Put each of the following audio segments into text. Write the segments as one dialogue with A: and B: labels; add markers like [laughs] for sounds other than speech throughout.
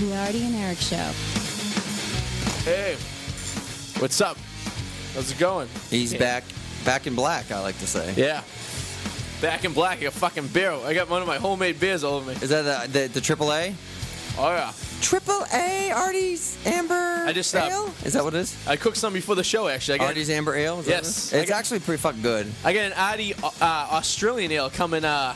A: The Artie and Eric Show.
B: Hey, what's up? How's it going?
C: He's back, back in black. I like to say.
B: Yeah. Back in black, I got fucking barrel. I got one of my homemade beers all over me.
C: Is that the the, the AAA?
B: Oh yeah.
C: Triple A Artie's Amber. I
B: just stopped. Ale?
C: Is that what it is?
B: I cooked some before the show actually. I got,
C: Artie's Amber Ale. Is that what it is?
B: Yes. I
C: It's
B: got-
C: actually pretty fucking good.
B: I got an Adi uh, Australian ale coming uh,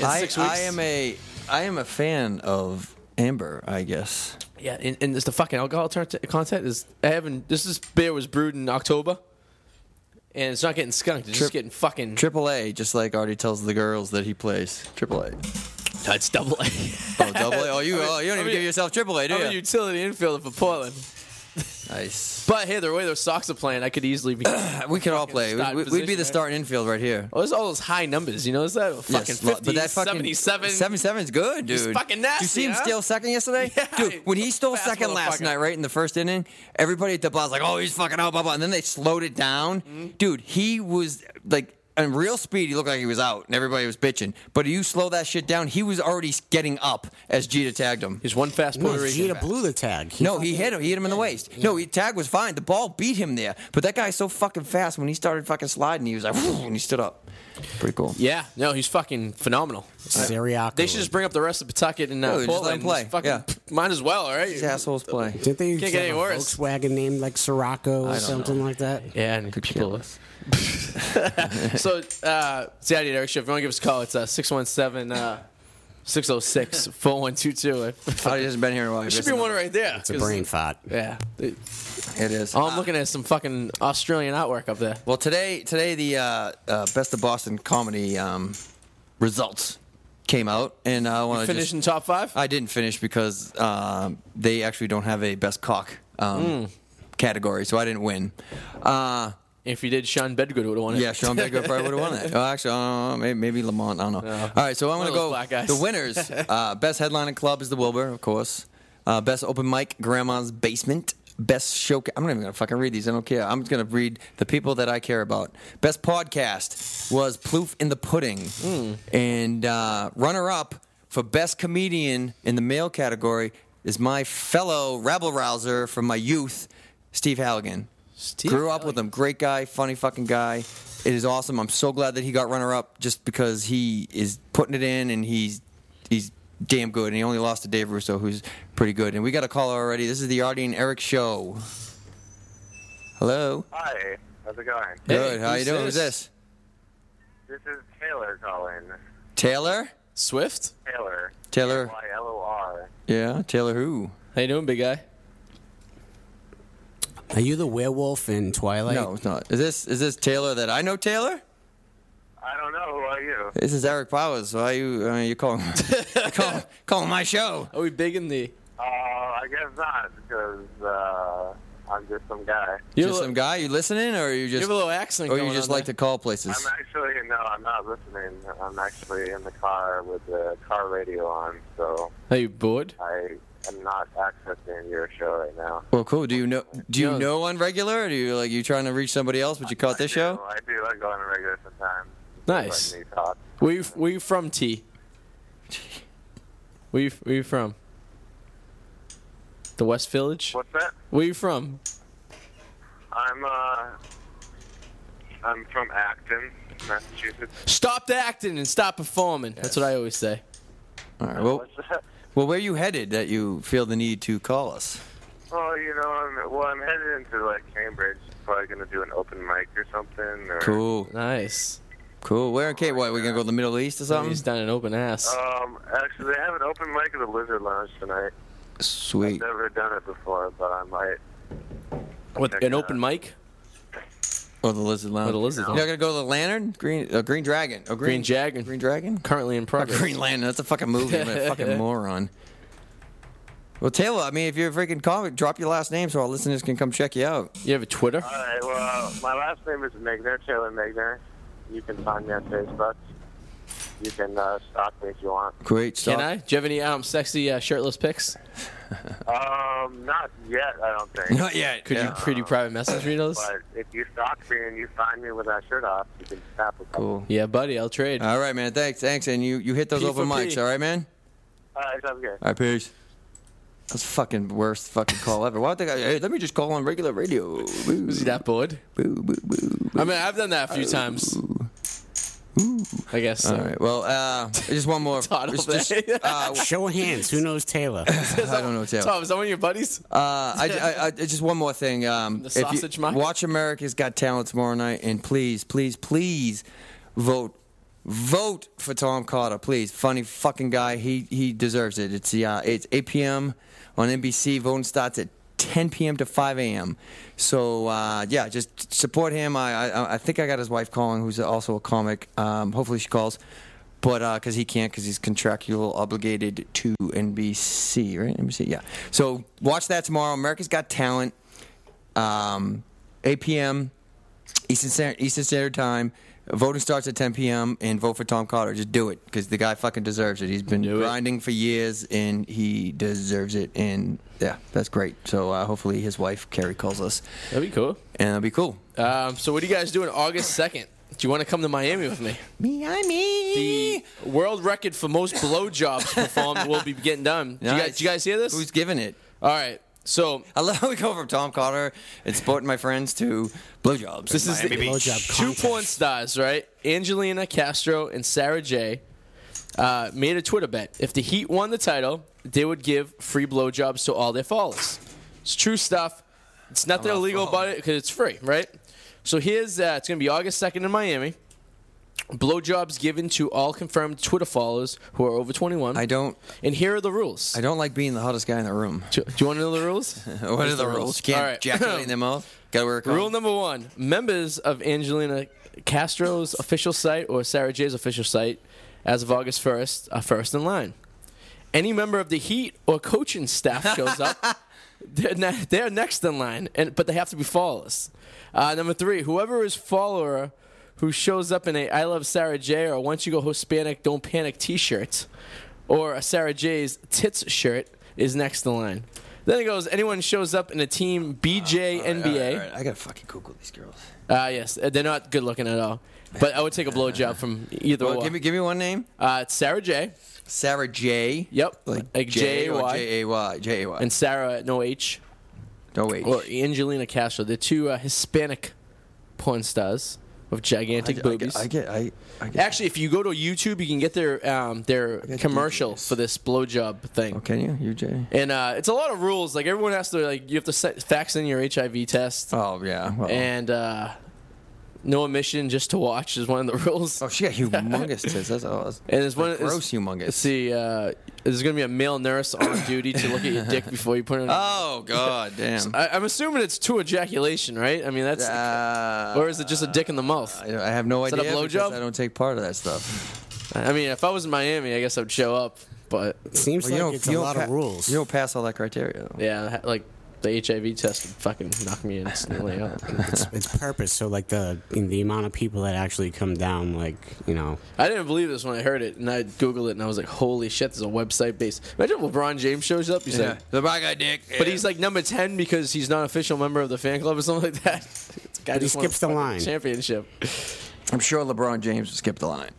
B: in
C: I,
B: six weeks.
C: I am a I am a fan of Amber. I guess.
B: yeah, and, and it's the fucking alcohol turn- content is I haven't. This this beer was brewed in October, and it's not getting skunked. It's just
C: Trip-
B: getting fucking.
C: AAA, just like Artie tells the girls that he plays. AAA.
B: No, it's double A.
C: Oh, double A. Oh, you, oh, you don't
B: I
C: even
B: mean-
C: give yourself AAA,
B: [laughs]
C: do
B: I'm a
C: you?
B: utility infielder for Portland.
C: Nice.
B: But hey, the way those socks are playing, I could easily [clears throat] be. oh,
C: We could all play.
B: starting
C: We, would be
B: position,
C: the
B: right?
C: starting infield right here.
B: there's Oh, all those high numbers. You know, is that fucking
C: Yes,
B: 50,
C: but that fucking
B: 77?
C: 77 is good, dude.
B: He's fucking nasty,
C: You see him
B: huh?
C: steal second yesterday,
B: [laughs] Yeah,
C: dude. When he
B: he's a
C: stole
B: fast
C: second last
B: motherfucker.
C: night, right in the first inning, everybody at the bar was like, "Oh, he's fucking out, blah blah." And then they slowed it down,
B: Mm-hmm.
C: dude. He was like. In real speed, he looked like he was out, and everybody was bitching. But you slow that shit down, he was already getting up as Jeter tagged him.
B: He's one fast
D: Well,
B: Puerto Rican.
D: Gita blew the tag.
C: No, he hit him. He hit him in the waist. No, he tag was fine. The ball beat him there. But that guy's so fucking fast. When he started fucking sliding, he was like, [laughs] "Whew," and he stood up. Pretty cool.
B: Yeah, no, he's fucking phenomenal.
D: Syriac.
B: They should just bring up the rest of Pawtucket and uh,
C: No, just let
B: Portland.
C: him play.
B: Just fucking,
C: Yeah.
B: [laughs] might as well, all right?
C: These assholes play.
D: Didn't they used
B: Can't
D: to
B: get
D: have
B: any
D: a
B: worse.
D: Volkswagen named like Sirocco or
C: don't
D: something like that?
B: Yeah, and people. [laughs] so, uh, it's the idea, Eric. Show. If you want to give us a call, it's uh, 617 uh, 606 4122.
C: Oh, he hasn't been here in a while.
B: There should be one right there.
D: It's a brain fart.
B: Yeah.
C: It is. Uh,
B: All I'm looking at is some fucking Australian artwork up there.
C: Well, today, today the uh, uh, best of Boston comedy um, results came out, and I want to
B: Finishing top five?
C: I didn't finish because um, they actually don't have a best cock um,
B: Hmm.
C: category, so I didn't win. Uh,
B: if you did, Sean Bedgood would have won it.
C: yeah, Sean Baker probably would have
B: [laughs]
C: won that. Oh, actually, uh, maybe, maybe Lamont. I don't know. All right, so I'm
B: One of
C: going to
B: those
C: go.
B: black guys.
C: The winners:
B: [laughs]
C: uh, best headlining club is the Wilbur, of course. Uh, best open mic, Grandma's Basement. Best show. I'm not even gonna fucking read these. I don't care. I'm just gonna read the people that I care about. Best podcast was Ploof in the Pudding,
B: Hmm.
C: and uh, runner-up for best comedian in the male category is my fellow rabble rouser from my youth, Steve Halligan.
B: Steve
C: Grew up with him. Great guy, funny fucking guy. It is awesome. I'm so glad that he got runner up just because he is putting it in and he's he's damn good. And he only lost to Dave Russo, who's pretty good. And we got a caller already. This is the Artie and Eric show. Hello.
E: Hi, how's it going?
B: Hey,
C: good. How you
B: who's
C: doing? Who's
B: this?
C: this?
E: This is Taylor calling.
C: Taylor?
B: Swift?
E: Taylor.
C: Taylor.
E: Y L O R.
C: Yeah, Taylor who?
B: How you doing, big guy?
D: Are you the werewolf in Twilight?
C: No, it's not. Is this is this Taylor that I know Taylor?
E: I don't know. Who are you?
C: This is Eric Powers. Why you uh, you calling
B: [laughs]
C: call, calling my show?
B: Are we big in the...
E: Uh, I guess not because uh, I'm just some guy.
B: You have,
C: just
B: a,
C: some guy? You listening or you
B: you
C: just
B: have a little accent
C: or
B: going
C: you just
B: on
C: like
B: there.
C: to call places?
E: I'm actually no, I'm not listening. I'm actually in the car with the car radio on, so
B: Are you bored?
E: I am not accessing your show right now.
C: Well, cool. Do you know? Do you
B: Yeah.
C: know on regular? Or do you like you trying to reach somebody else, but you caught this
E: No,
C: show?
E: I do. I go on a regular sometimes.
B: Nice.
E: Let me talk.
B: Where you, where you from, T? Where you, where you from? The West Village?
E: What's that?
B: Where you from?
E: I'm uh, I'm from Acton, Massachusetts.
B: Stop acting and stop performing. That's what I always say.
C: All right. Well,
E: What's that?
C: well, where you headed that you feel the need to call us?
E: Well, you know, I'm well. I'm headed into like Cambridge. Probably gonna do an open mic or something. Or,
C: Cool,
B: Nice.
C: cool. Where? Okay, what? We gonna go to the Middle East or something?
B: He's done an open ass.
C: uh,
E: Um, actually, they have an open mic at the Lizard Lounge tonight.
C: Sweet.
E: Never done it before, but I might.
B: With
E: check
B: an
E: it
B: open mic?
C: Or the Lizard Lounge.
B: Or the Lizard
C: You're
B: Lounge.
C: not gonna go to the Lantern? Green, uh, Green Dragon. Oh,
B: Green
C: Green,
B: Dragon. [laughs]
C: Green Dragon.
B: Currently in progress.
C: Green Lantern. That's a fucking movie. I'm a
B: [laughs]
C: fucking moron. Well, Taylor, I mean, if you're a freaking comic, drop your last name so our listeners can come check you out.
B: You have a Twitter?
C: Uh,
E: All right. Well, my last name is Megner Taylor Megner. You can find me on Facebook. You can uh, stalk me if you want.
C: Great stuff.
B: Can I? Do you have any um, sexy uh, shirtless pics?
E: Um, not yet. I don't
C: [laughs]
E: think.
C: Not yet.
B: Could you
C: Yeah.
B: pretty private message me those?
E: But if you stalk me and you find me with that shirt off, you can snap a couple.
C: Cool.
B: Yeah, buddy, I'll trade.
C: All right, man. Thanks, thanks, and you you hit those
B: P
C: open
B: for
C: mics.
B: P.
C: All right, man.
E: All right. Sounds good.
C: All right, peace. That's fucking worst fucking call ever. Why would they go, hey, let me just call on regular radio? Boo,
B: Was he that bored?
C: boo, boo, boo.
B: I mean, I've done that a few times. I guess. So.
C: Uh, All right. Well, uh, just one [laughs] more.
B: Todd
C: Just-
B: over
C: just,
B: there.
C: [laughs] uh,
D: Show of hands. Who knows [laughs] Taylor?
C: I don't know, Taylor.
B: Tom, is that one of your buddies?
C: Uh, I, I, I, just one more thing. Um,
B: The
C: if you-
B: sausage market?
C: Watch America's Got Talent tomorrow night, and please, please, please vote. Vote for Tom Carter, please. Funny fucking guy. He he deserves it. It's the uh, it's 8 p.m. on NBC. Voting starts at 10 p.m. to 5 a.m. So uh, yeah, just support him. I, I I think I got his wife calling, who's also a comic. Um, hopefully she calls, but because he can't, because he's contractual obligated to NBC, right? NBC, yeah. So watch that tomorrow. America's Got Talent um, 8 p.m. Eastern Standard, Eastern Standard Time. Voting starts at 10 p.m. and vote for Tom Carter. Just do it because the guy fucking deserves it. He's been
B: Do it.
C: grinding for years and he deserves it. And yeah, that's great. So uh, hopefully his wife Carrie calls us
B: That'd be cool.
C: and it'll be cool.
B: Um, so, what are you guys doing August 2nd? Do you want to come to Miami with me?
C: Me, I me.
B: The world record for most blowjobs performed will be getting done. Do you, guys, do you guys hear this?
C: Who's giving it?
B: All right. So,
C: I love how we go from Tom Carter and sporting my friends to blowjobs.
B: This is the
C: Miami Beach.
D: Blowjob
B: two
D: contest.
B: porn stars, right? Angelina Castro and Sarah J. Uh, made a Twitter bet. If the Heat won the title, they would give free blowjobs to all their followers. It's true stuff. It's nothing
C: I'm not
B: illegal about
C: following.
B: it because it's free, right? So here's uh, it's going to be August 2nd in Miami. Blowjobs given to all confirmed Twitter followers who are over 21.
C: I don't.
B: and here are the rules.
C: I don't like being the hottest guy in the room.
B: do, do you want to know the rules?
C: [laughs] What are
B: Here's
C: the rules? Can't
B: All right.
C: ejaculate in their mouth. Gotta wear a condom.
B: Rule number one: Members of Angelina Castro's official site or Sarah J's official site, as of August first, are first in line. Any member of the Heat or coaching staff shows up, they're, ne- they're next in line, and but they have to be followers. Uh, number three: Whoever is follower who shows up in a "I love Sarah J" or "Once You Go Hispanic, Don't Panic" T-shirt, or a Sarah J's tits shirt is next in line. Then it goes. Anyone shows up in a team BJ NBA.
C: I gotta fucking Google these girls.
B: Ah, yes. Uh, They're not good looking at all. But I would take a blowjob from either
C: Well,
B: one.
C: give me give me one name.
B: uh, it's Sarah J.
C: Sarah J.
B: Yep.
C: Like,
B: Like
C: J or
B: J-A-Y.
C: J A Y. J A Y.
B: And Sarah, no H.
C: No wait.
B: Or Angelina Castro. They're two uh, Hispanic porn stars with
C: I,
B: gigantic
C: I,
B: boobies.
C: get- I get. I. I get
B: Actually, if you go to YouTube, you can get their um, their
C: got
B: commercial
C: DVDs.
B: for this blowjob thing.
C: Oh, can you? You J.
B: And uh, it's a lot of rules. Like everyone has to like you have to set, fax in your HIV test
C: Oh yeah. Well.
B: and uh, no emission just to watch is one of the [laughs] rules.
C: oh, she got humongous tits. That's, oh, that's
B: And it's one
C: like,
B: it's-
C: gross humongous.
B: Let's see. Uh, there's going to be a male nurse on duty to look at your dick before you put it. on.
C: Oh
B: [laughs]
C: god damn.
B: I, I'm assuming it's to ejaculation, right? I mean, that's.
C: Uh,
B: or is it just a dick in the mouth?
C: I, I have no
B: Is that a
C: idea. because
B: blowjob?
C: I don't take part of that stuff.
B: I mean, if I was in Miami, I guess I'd show up. But
D: Seems
C: Well, you
D: like
C: don't.
D: it's
C: you
D: a
C: don't
D: lot
C: pa-
D: of rules.
C: You don't pass all that criteria. Though.
B: yeah, ha- like the HIV test would fucking knock me instantly out.
D: it's, [laughs] it's purpose. So like the in the amount of people that actually come down, like you know,
B: I didn't believe this when I heard it, and I googled it, and I was like, "Holy shit!" There's a website based. Imagine if LeBron James shows up. He's like,
C: The black guy dick.
B: but he's like number ten because he's not an official member of the fan club or something like that. [laughs] This guy
D: But he
B: just won a
D: skips the
B: fucking
D: line.
B: Championship.
C: I'm sure LeBron James would skip the line.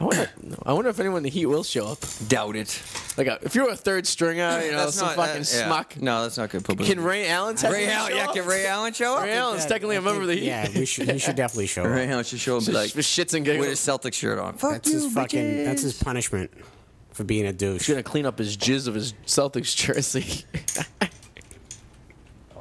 B: I wonder, I wonder if anyone in the Heat will show up.
C: Doubt it.
B: Like a, if you're a third stringer, you know, some fucking
C: that- uh, yeah.
B: smuck.
C: No, that's not good publicity.
B: Can Ray Allen technically
C: Ray Allen?
B: show
C: Yeah,
B: up?
C: can Ray Allen show up?
B: Ray Allen's technically a member of the Heat.
D: yeah, we should he should definitely show
C: Ray
D: up.
C: Allen should show up and be
B: Just
C: like
B: for
C: with
B: shits and
C: his
B: giggles.
C: Celtic shirt on. Fuck
D: That's
C: you,
D: his fucking. That's his punishment for being a douche.
B: He's gonna clean up his jizz of his Celtics
C: [laughs]
B: jersey.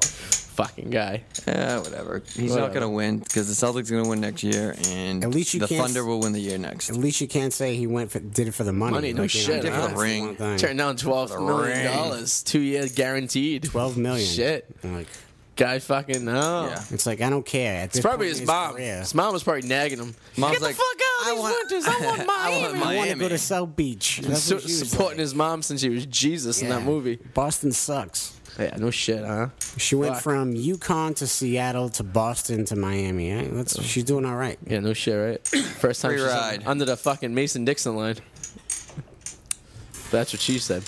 B: fucking guy.
C: Yeah, whatever. He's
B: Whatever.
C: not gonna win because the Celtics gonna win next year, and
D: At least you
C: the
D: can't
C: Thunder
D: s-
C: will win the year next.
D: At least you can't say he went for, did it for the money.
B: Money, no
D: you know,
B: shit,
D: that's
B: huh?
D: the
C: Ring.
D: one thing.
B: Turned down twelve million
C: ring.
B: dollars, two year guaranteed.
D: Twelve million.
B: Shit,
D: Like
B: guy fucking no.
C: Yeah. Uh,
D: it's like I don't care. At this
B: It's probably
D: point
B: his
D: in
B: mom.
D: career,
B: His mom was probably nagging him.
C: Mom's
B: Get
C: like,
B: the fuck out
C: "I
B: of these
C: want-
B: winters. I want
C: [laughs] I want
B: Miami.
D: I want to go
C: Miami.
D: to South Beach. That's
B: Su-
D: what she was
B: supporting
D: like.
B: his mom since she was Jesus in that
D: Yeah.
B: movie.
D: Boston sucks.
B: Yeah, no shit, huh?
D: She went
B: Fuck.
D: from Yukon to Seattle to Boston to Miami. eh? That's she's doing all right.
B: Yeah, no shit, right?
C: [coughs]
B: First time
C: Free
B: she's
C: ride.
B: un- under the fucking Mason Dixon line. That's what she said.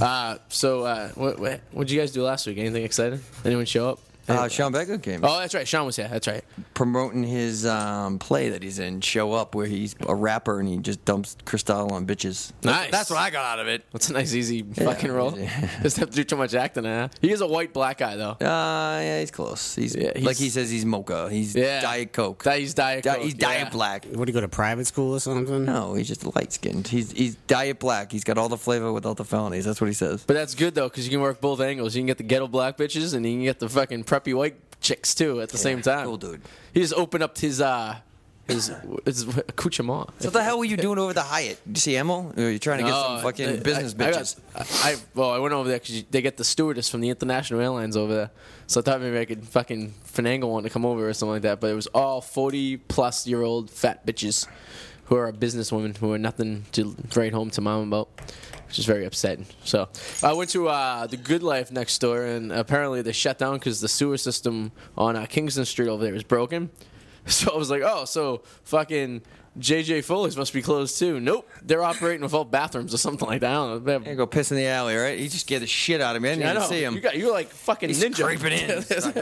B: Uh, so, uh, what, what what'd you guys do last week? Anything exciting? Anyone show up?
C: Uh, Sean Becker came.
B: Oh, that's right. Sean was here. That's right.
C: promoting his um, play that he's in, Show Up, where he's a rapper and he just dumps Cristal on bitches.
B: Nice.
C: That's what I got out of it.
B: That's a nice, easy fucking role.
C: easy.
B: Doesn't have to do too much acting. Huh? He is a white black guy though.
C: Uh, yeah, he's close. He's,
B: Yeah, he's-
C: like he says, he's mocha. He's
B: Yeah.
C: Diet Coke.
B: Di- he's Diet
C: Di-
B: Coke,
C: he's Diet
B: yeah.
C: Black.
D: What do you go to private school or something?
C: No, he's just light skinned. He's he's Diet Black. He's got all the flavor without the felonies. That's what he says.
B: But that's good though, because you can work both angles. You can get the ghetto black bitches, and you can get the fucking preppy white chicks too at the same time.
C: cool dude.
B: He just opened up his uh
C: [clears throat]
B: his his accoutrement.
C: So what the hell were you doing over the Hyatt? Did you see Emil? Or you trying to get some
B: No,
C: fucking
B: I-
C: business
B: I- I got-
C: bitches?
B: I, I- well, I went over there because they get the stewardess from the international airlines over there, so I thought maybe I could fucking finagle one to come over or something like that. But it was all forty plus year old fat bitches who are businesswomen who are nothing to write home to mom about. Which is very upsetting. So I went to uh, the Good Life next door, and apparently they shut down because the sewer system on uh, Kingston Street over there is broken. [laughs] So I was like, oh, so fucking JJ Foley's must be closed too. Nope, they're operating without bathrooms or something like that. I don't know. They
C: You
B: have-
C: go piss in the alley, right? You just get the shit out of me. I
B: [laughs]
C: didn't
B: I
C: even
B: know.
C: see him.
B: You got you were like fucking
C: He's
B: ninja
C: creeping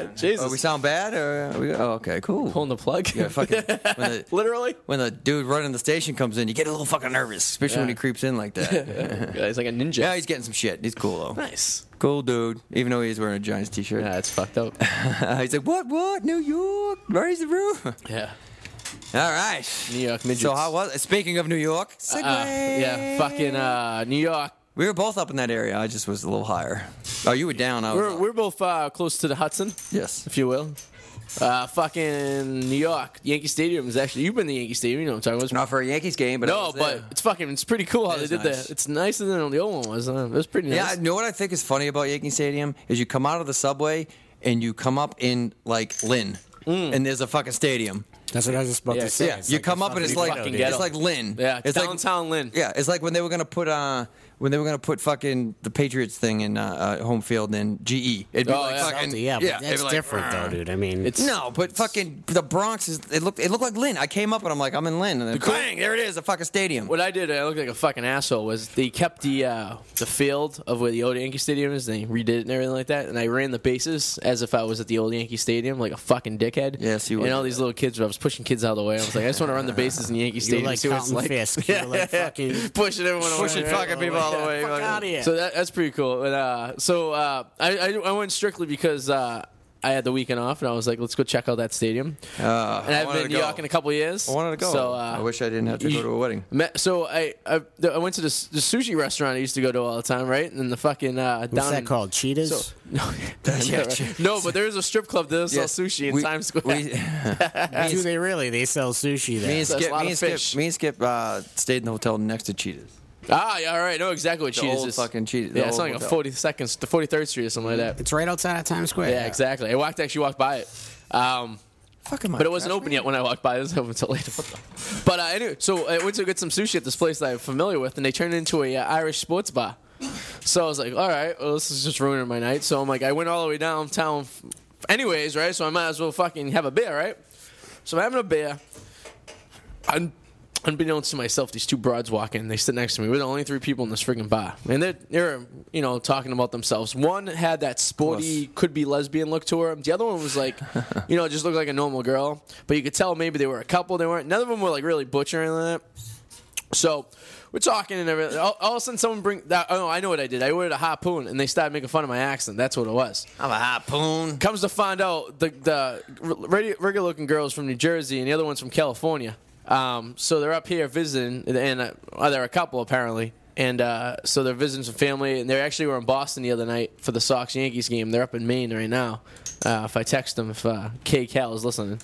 B: [laughs]
C: in.
B: Jesus,
C: Oh, we sound bad, or are we, oh, okay, cool.
B: pulling the plug. [laughs]
C: Yeah, fucking, when, the,
B: Literally,
C: when the dude running the station comes in, you get a little fucking nervous, especially when
B: Yeah.
C: he creeps in like that.
B: [laughs] yeah, he's like a ninja.
C: yeah, he's getting some shit. He's cool though.
B: nice.
C: Cool dude. Even though he's wearing a Giants t-shirt,
B: Yeah, it's fucked
C: [laughs]
B: up.
C: he's like, "What? What? New York? Raise the roof." All
B: Yeah,
C: right.
B: New York midgets.
C: So how was? Speaking of New York, segue.
B: Uh, yeah, fucking uh, New York.
C: We were both up in that area. I just was a little higher. Oh, you were down. I was.
B: We're
C: up.
B: we're both uh, close to the Hudson.
C: yes.
B: if you will. Uh, fucking New York, Yankee Stadium is actually. You've been to Yankee Stadium, you know what I'm talking about.
C: Not for a Yankees game, but I
B: No,
C: was there.
B: but it's fucking. It's pretty cool how
C: It
B: they
C: is
B: did
C: nice.
B: that. It's nicer than the old one was. Uh, it was pretty
C: Yeah,
B: nice.
C: you know what I think is funny about Yankee Stadium is you come out of the subway and you come up in like Lynn,
B: Mm.
C: and there's a fucking stadium.
D: That's what I was just about
B: Yeah,
D: to say.
C: yeah,
D: It's
C: you
D: like
C: come
D: the
C: up and it's
D: fucking
C: like
D: ghetto,
B: fucking
D: dude.
B: ghetto.
C: it's like Lynn.
B: Yeah,
C: it's
B: downtown Lynn.
C: Yeah, it's like when they were gonna put uh when they were gonna put fucking the Patriots thing in uh, uh home field in GE. It'd be
B: Oh,
C: like
B: yeah.
C: fucking
D: Yeah, but
C: it'd
D: that's
C: be like,
D: different
C: "Argh."
D: though, dude. I mean,
B: It's-
C: No, but fucking the Bronx is it looked it looked like Lynn. I came up and I'm like I'm in Lynn and then
B: cool-
C: bang there it is a fucking stadium.
B: What I did, I looked like a fucking asshole. Was they kept the uh, the field of where the old Yankee Stadium is? They redid it and everything like that. And I ran the bases as if I was at the old Yankee Stadium, like a fucking dickhead.
C: Yes, you
B: And
C: would.
B: all these little kids, I was pushing kids out of the way. I was like, I just want to run the bases in
C: [laughs]
B: Yankee
D: you were
B: Stadium.
D: like
B: see what it's
D: Carlton
B: like.
D: Fisk. You were like fucking
B: [laughs] pushing everyone away.
C: Pushing
B: right? [laughs]
C: fucking people all
D: [laughs]
C: the way.
D: fuck
C: fucking-
D: out of here.
B: So that, that's pretty cool. But, uh, so uh, I, I I went strictly because uh, I had the weekend off, and I was like, let's go check out that stadium.
C: Uh,
B: and
C: I
B: I haven't
C: wanted
B: been
C: to
B: to New
C: go.
B: York in a couple years.
C: I wanted to go.
B: So uh,
C: I wish I didn't have to
B: you-
C: go to a wedding.
B: [laughs] Me- So I, I I went to this, the sushi restaurant I used to go to all the time, right? And the fucking uh,
D: what's
B: down
D: that
B: in-
D: called? Cheetahs.
B: So, [laughs] no,
C: Yeah, right.
B: no, but there is a strip club that
C: [laughs] Yeah,
B: sells sushi in
C: we-
B: Times Square.
C: [laughs] we- me and
D: Do they really? They sell sushi there.
C: Me
B: [laughs]
C: and
B: That's a
C: Skip,
B: lot
C: me
B: of
C: and Skip,
B: fish.
C: me and Skip uh, stayed in the hotel next to Cheetahs.
B: ah, yeah, all right, know exactly what Cheetahs
C: old
B: is.
C: fucking Cheetah- the
B: Yeah, it's
C: old
B: not like a
C: hotel. Mm-hmm.
B: forty seconds, the forty third street or something like that.
D: it's right outside of Times Square.
B: Yeah, exactly. I walked actually walked by it. Um,
C: Fucking
B: But it wasn't open yet when I walked by. [laughs] It was open until later. but uh, anyway, so I went to get some sushi at this place that I'm familiar with, and they turned it into a uh, Irish sports bar. So I was like, all right, well, this is just ruining my night. So I'm like, I went all the way downtown, f- anyways, right? So I might as well fucking have a beer, right? So I'm having a beer. Un- unbeknownst to myself, these two broads walk in. They sit next to me. We're the only three people in this freaking bar, and they're, they're you know talking about themselves. One had that sporty, could be lesbian look to her. The other one was like, you know, just looked like a normal girl, but you could tell maybe they were a couple. They weren't. None of them were like really butchering that. So we're talking and everything. All, all of a sudden, someone bring that. Oh, I know what I did. I ordered a harpoon, and they started making fun of my accent. That's what it was.
C: I'm a harpoon.
B: Comes to find out, the the regular looking girls from New Jersey and the other one's from California. Um, so they're up here visiting, and uh, oh, they're a couple apparently. And uh, so they're visiting some family, and they actually were in Boston the other night for the Sox Yankees game. They're up in Maine right now. Uh, if I text them, if uh, Kay Cal is listening,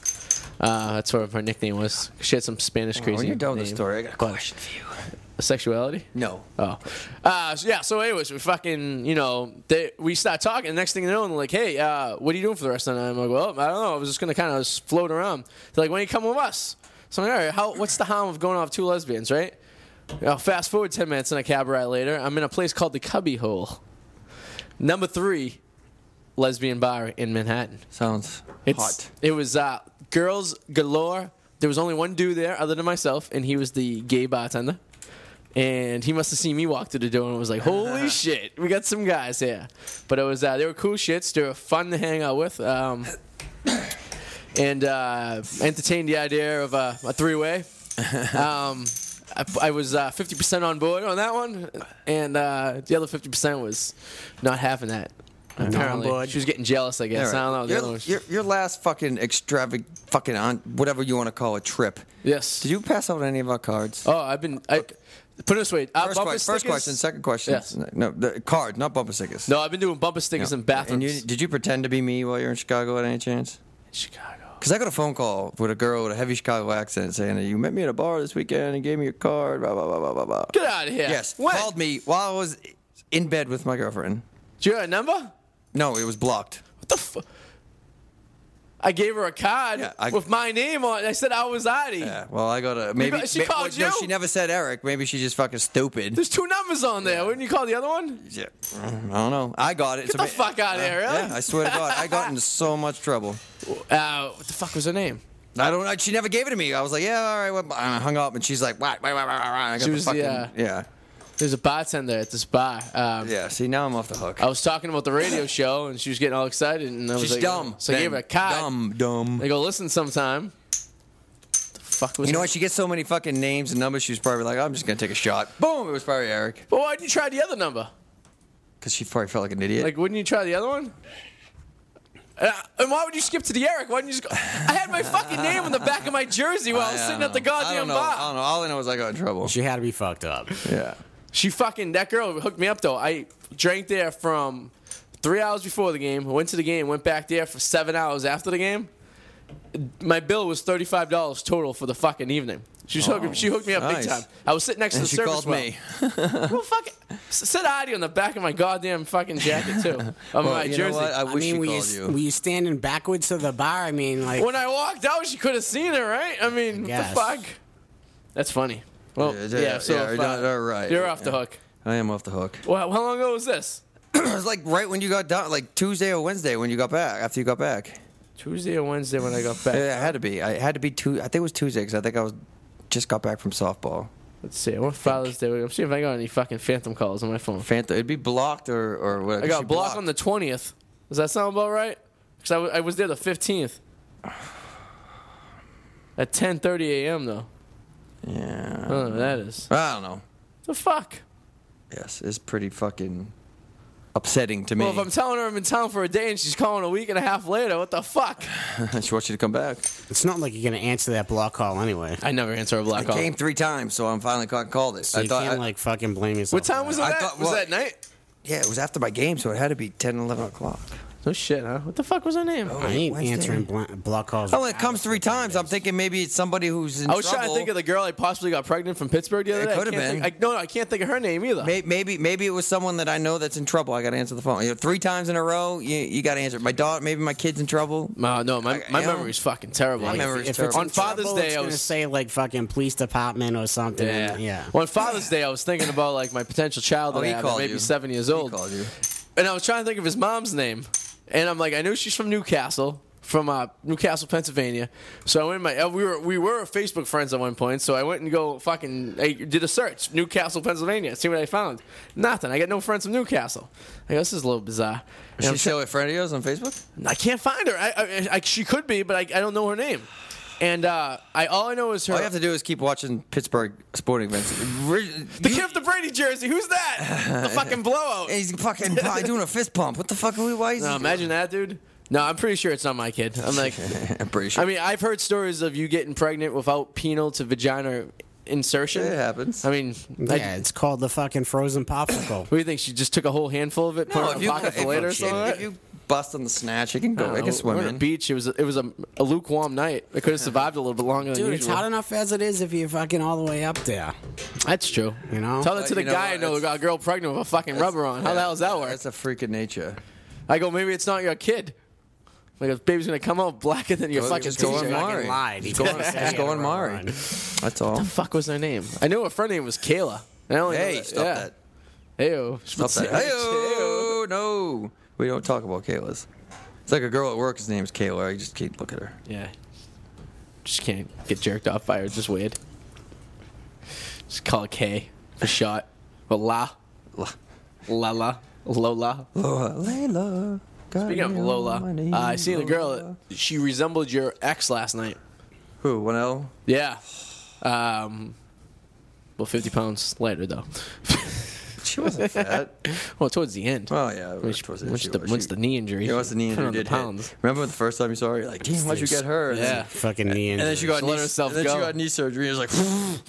B: uh, that's what her nickname was. She had some Spanish crazy.
C: When you're done with Oh, the
B: name.
C: story, I got a question for you.
B: Sexuality?
C: No.
B: Oh, uh, so yeah. So, anyways, we fucking, you know, they, we start talking. and next thing you know, they're like, "Hey, uh, what are you doing for the rest of the night?" I'm like, "Well, I don't know. I was just gonna kind of float around." They're like, "When you come with us?" So I'm like, "All right, how, what's the harm of going off with two lesbians, right?" Now, fast forward ten minutes in a cab ride later, I'm in a place called the Cubby Hole, number three lesbian bar in Manhattan.
C: Sounds
B: It's,
C: hot.
B: It was uh, girls galore. There was only one dude there other than myself, and he was the gay bartender. And he must have seen me walk through the door and was like, "Holy shit, we got some guys here!" But it was uh, they were cool shits. They were fun to hang out with. Um, [coughs] and uh, entertained the idea of uh, a, a three-way. Um, I, I was uh, 50% on board on that one, and uh, the other 50% was not having that. Apparently,
D: board.
B: she was getting jealous. I
C: All
B: guess
C: right.
B: I don't know. The
C: Your-
B: other one was-
C: Your, your last fucking extravagant, fucking on whatever you want to call a trip.
B: yes.
C: Did you pass out any of our cards?
B: Oh, I've been. I, put it this way. uh,
C: first,
B: bumper
C: que- first
B: stickers-
C: question, second question.
B: Yes.
C: No, the card, not bumper stickers.
B: No, I've been doing bumper
C: No.
B: stickers in bathrooms.
C: And you, did you pretend to be me while you're in Chicago at any chance?
B: Chicago.
C: Because I got a phone call with a girl with a heavy Chicago accent saying that you met me at a bar this weekend and gave me your card, blah, blah, blah, blah, blah, blah.
B: Get out of here.
C: Yes.
B: What?
C: Called me while I was in bed with my girlfriend.
B: Do you have a number? What
C: No, it was blocked.
B: the fuck? I gave her a card
C: Yeah, I-
B: with my name on it. I said I was Adi.
C: Yeah, well, I got to. Maybe
B: got- she
C: may- well,
B: called
C: No,
B: you?
C: she never said Eric. Maybe she's just fucking stupid.
B: There's two numbers on there. Wouldn't you call the other one?
C: Yeah, I don't know. I got it.
B: Get
C: uh,
B: the fuck out of here, really?
C: Yeah, I swear to God,
B: [laughs]
C: I got into so much trouble.
B: Uh, what the fuck was her name?
C: I don't. know. She never gave it to me. I was like, yeah, all right. Well, and I hung up, and she's like, what? Why, why, why, why, why? I got
B: She
C: the
B: was the,
C: fucking,
B: uh,
C: yeah,
B: There's a bartender at this bar. Um,
C: yeah. See, now I'm off the hook.
B: I was talking about the
C: [coughs]
B: radio show, and she was getting all excited, and I was
C: she's
B: like,
C: dumb.
B: So I gave her a card.
C: Dumb, dumb.
B: I go, listen, sometime. The fuck was
C: You know
B: it?
C: what? She gets so many fucking names and numbers. She was probably like, I'm just gonna take a shot. Boom! It was probably Eric
B: Well, why'd you try the other number?
C: because she probably felt like an idiot.
B: Like, wouldn't you try the other one? Uh, and why would you skip to the Eric? Why didn't you just go? I had my fucking name on the back of my jersey while I, was
C: I
B: sitting
C: don't
B: at the
C: know. I
B: goddamn
C: don't know. I
B: bar.
C: don't know. All I know is I got in trouble.
D: She had to be fucked up.
C: yeah.
B: She fucking, that girl hooked me up though. I drank there from three hours before the game, went to the game, went back there for seven hours after the game. My bill was $35 total for the fucking evening. She was hooking, she hooked me up
C: nice.
B: big time. I was sitting next
C: And
B: to the
C: she
B: service
C: called
B: well.
C: me.
B: Well, fuck it. S- Said Adi on the back of my goddamn fucking jacket
C: [laughs]
B: too, on
C: Well,
B: my
C: you know
B: jersey.
C: what? I
D: I
C: wish
D: mean,
C: she
D: were
C: called
D: you,
C: you.
D: were you standing backwards to the bar? I mean, like,
B: When I walked out, she could have seen it, right? I mean, what the
D: guess.
B: fuck? That's funny. Well,
C: Yeah,
B: yeah,
C: yeah,
B: so
C: yeah,
B: if,
C: you're
B: uh,
C: not- all right.
B: You're off the
C: Yeah.
B: hook.
C: I am off the hook. [clears throat]
B: Well, how long ago was this?
C: It was like right when you got down, like Tuesday or Wednesday when you got back. After you got back,
B: Tuesday or Wednesday when I got
C: Uh, it
B: back.
C: had to be. I it had to be two. I think it was Tuesday because I think I was just got back from softball.
B: Let's see. What Father's Day? I'm seeing if I got any fucking phantom calls on my phone.
C: Fanta, it'd be blocked or or what?
B: I got a block on the 20th. Does that sound about right? Because I wa- I was there the 15th. At 10:30 a.m. though.
C: Yeah,
B: I don't know what that is.
C: I don't know.
B: The fuck.
C: Yes, it's pretty fucking upsetting to me. [laughs]
B: Well, if I'm telling her I'm in town for a day and she's calling a week and a half later, what the fuck?
C: she wants you to come back.
D: it's not like you're gonna answer that block call anyway.
B: I never answer a
C: I
B: block call.
C: came three times, so I'm finally ca- called it.
D: So
C: I
D: you
C: thought,
D: can't
C: I-
D: like fucking blame yourself.
B: What time
D: for
B: was
D: that.
B: it?
C: I
B: That?
C: thought-
B: was
C: well-
B: that night?
C: yeah, it was after my game, so it had to be 10, 11 o'clock.
B: No shit, huh? What the fuck was her name?
D: I ain't
C: Wednesday.
D: answering bl- block calls.
C: Oh, when it comes three times, I'm thinking maybe it's somebody who's in
B: I was trying to
C: trouble.
B: think of the girl I possibly got pregnant from Pittsburgh the other
C: It
B: day. I
C: could've
B: can't
C: been.
B: think- I, no, no, I can't think of her name either.
C: May- Maybe maybe it was someone that I know that's in trouble. I got to answer the phone. You know, three times in a row, you, you got to answer. My daughter, maybe my kid's in trouble.
B: No, no, my,
C: I-
B: my
C: you know,
B: memory's fucking terrible.
C: my
B: Like,
C: memory's
D: If it's
C: terrible.
B: on Father's
D: trouble,
B: Day,
D: it's
B: I
D: gonna
B: was-
D: say like fucking police department or something.
B: Yeah.
D: Yeah, yeah.
B: Well, on Father's Day, I was thinking about like my potential child
C: Oh,
B: that I
C: he
B: have,
C: called
B: maybe
C: you.
B: seven years
C: He
B: old,
C: called you.
B: and I was trying to think of his mom's name, and I'm like, I knew she's from Newcastle, from uh, Newcastle, Pennsylvania. So I went my uh, we were we were Facebook friends at one point, so I went and go fucking I did a search Newcastle, Pennsylvania, see what I found. Nothing. I got no friends from Newcastle. I go, this is a little bizarre. And I'm
C: She's still a friend of yours on Facebook?
B: I can't find her. I, I, I she could be, but I, I don't know her name. And uh, I all I know is her.
C: All you have to do is keep watching Pittsburgh sporting events. Re-
B: the kid with the Brady jersey. Who's that? The fucking
C: [laughs]
B: blowout. [laughs]
C: He's fucking probably doing a fist pump. What the fuck are we? Why is
B: No,
C: he-
B: imagine that, dude. No, I'm pretty sure it's not my kid. I'm like,
C: I'm pretty sure.
B: I mean, I've heard stories of you getting pregnant without penile to vagina insertion.
C: It happens.
B: I mean, I,
D: Yeah, it's called the fucking
B: [coughs]
D: frozen popsicle.
B: what do you think? She just took a whole handful of it, put it in a pocket for later or
C: if
B: something. like
C: if
B: that?
C: you bust on the snatch, it can
B: I
C: go.
B: don't
C: It
B: know.
C: can
B: We
C: swim
B: were on a
C: in.
B: beach. It was it was a, a lukewarm night. It could have survived a little bit longer
D: Dude,
B: than
D: it's
B: usual.
D: hot enough as it is if you're fucking all the way up there.
B: That's true.
D: You know?
B: tell that
C: Uh,
B: to the
C: you know
B: guy
C: what?
B: I know who
C: It's-
B: got a girl pregnant with a fucking rubber on. How the hell does that work?
C: That's a freak of nature.
B: I go, maybe it's not your kid. Like, the baby's gonna come out blacker than your
C: Go-
B: fucking
C: just go
B: t-shirt.
C: on
B: What
C: Mars.
D: Fucking
C: Mari.
D: lied. He
C: Just go on-
D: didn't say
C: just
D: it
C: go on
D: wrong.
C: Mari. That's all.
B: the fuck was her name? I knew her friend name was Kayla. I only know
C: Hey,
B: that-
C: stop
B: yeah.
C: that.
B: [laughs] Heyo.
C: Stop that. Hey, no. We don't talk about Kayla's. It's like a girl at work. His name's Kayla. I just can't look at her.
B: Yeah. Just can't get jerked off by her. It's just weird. Just call it K for shot. But la. La. La la. Lola.
C: Lola. Layla.
B: Speaking of Lola, uh, I seen a girl. She resembled your ex last night.
C: Who? One L.
B: Yeah. Um, well, 50 pounds lighter, though. [laughs]
C: She [laughs] wasn't fat.
B: well, towards the end.
C: Well, yeah.
B: Once,
C: towards
B: once
C: she
B: the,
C: was.
B: once
C: She-
B: the knee injury.
C: Yeah,
B: [laughs]
C: once the knee
B: put
C: injury
B: on the
C: did hit.
B: pounds.
C: Remember the first time you saw her, you're like, damn, why'd you get her? And then-
B: Yeah.
D: Fucking knee
C: And then she got
B: Let
C: knee,
B: herself
C: and then
B: go.
C: she got knee surgery. And it
B: [laughs]
C: was like,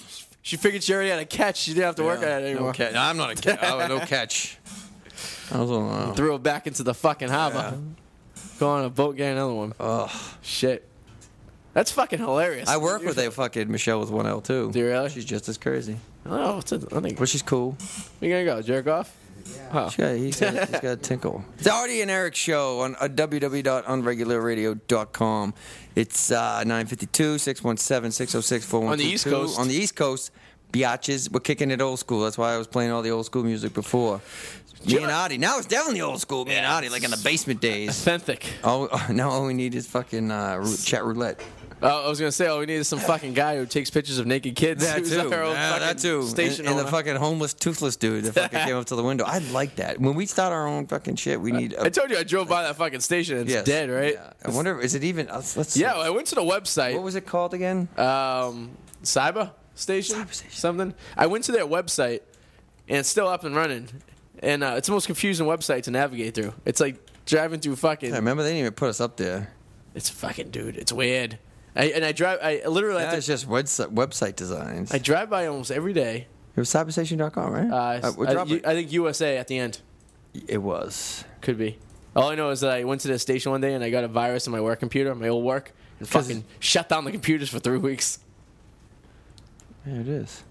B: She figured she already had a catch. She didn't have to work at it anymore.
C: no catch. I'm not a catch. no
B: [laughs]
C: catch. I was uh, like,
B: Threw her back into the fucking harbor. Go on a boat, get another one.
C: oh.
B: Shit. That's fucking hilarious.
C: I work with a fucking Michelle with one L too.
B: Do you really?
C: She's just as crazy,
B: Oh, it's a, I think.
C: but she's cool.
B: We gonna go jerk off? Oh.
C: She got, he's, got, he's
B: [laughs]
C: got a tinkle. It's Artie and Eric show on uh, www.unregularradio.com. It's uh, 952-617-606-4122.
B: On the East Coast.
C: On the East Coast. Biatches. We're kicking it old school. That's why I was playing all the old school music before. Me and Artie. Now it's down the old school, me and Artie, like in the
B: [laughs]
C: basement days.
B: Authentic.
C: All, [laughs] now all we need is fucking uh, rou- chat roulette.
B: Oh, I was gonna say, all we need is some fucking guy who takes pictures of naked kids.
C: That
B: [laughs] Who's
C: too.
B: our own
C: Yeah,
B: fucking
C: that too.
B: Station
C: and, and the
B: owner.
C: fucking homeless, toothless dude that
B: [laughs]
C: fucking came up to the window. I like that. When we start our own fucking shit, we need. a-
B: I told you I drove by that fucking station. and It's
C: Yes.
B: dead, right?
C: Yeah. I wonder. Is it even? Let's. let's
B: Yeah, I went to the website.
C: What was it called again?
B: um, cyber station,
C: Cyber station.
B: something. I went to their website, and it's still up and running. And uh, it's the most confusing website to navigate through. It's like driving through fucking.
C: I remember they didn't even put us up there.
B: It's fucking dude. It's weird. I, and I drive. I literally.
C: That
B: I,
C: is just website, website designs.
B: I drive by almost every day.
C: it was cyberstation.com, right?
B: Uh,
C: we'll
B: I,
C: drop
B: you-
C: it.
B: I think USA at the end
C: it was.
B: could be. All I know is that I went to the station one day and I got a virus in my work computer, my old work, and
C: 'Cause-
B: fucking shut down the computers for three weeks.
C: Yeah, it is.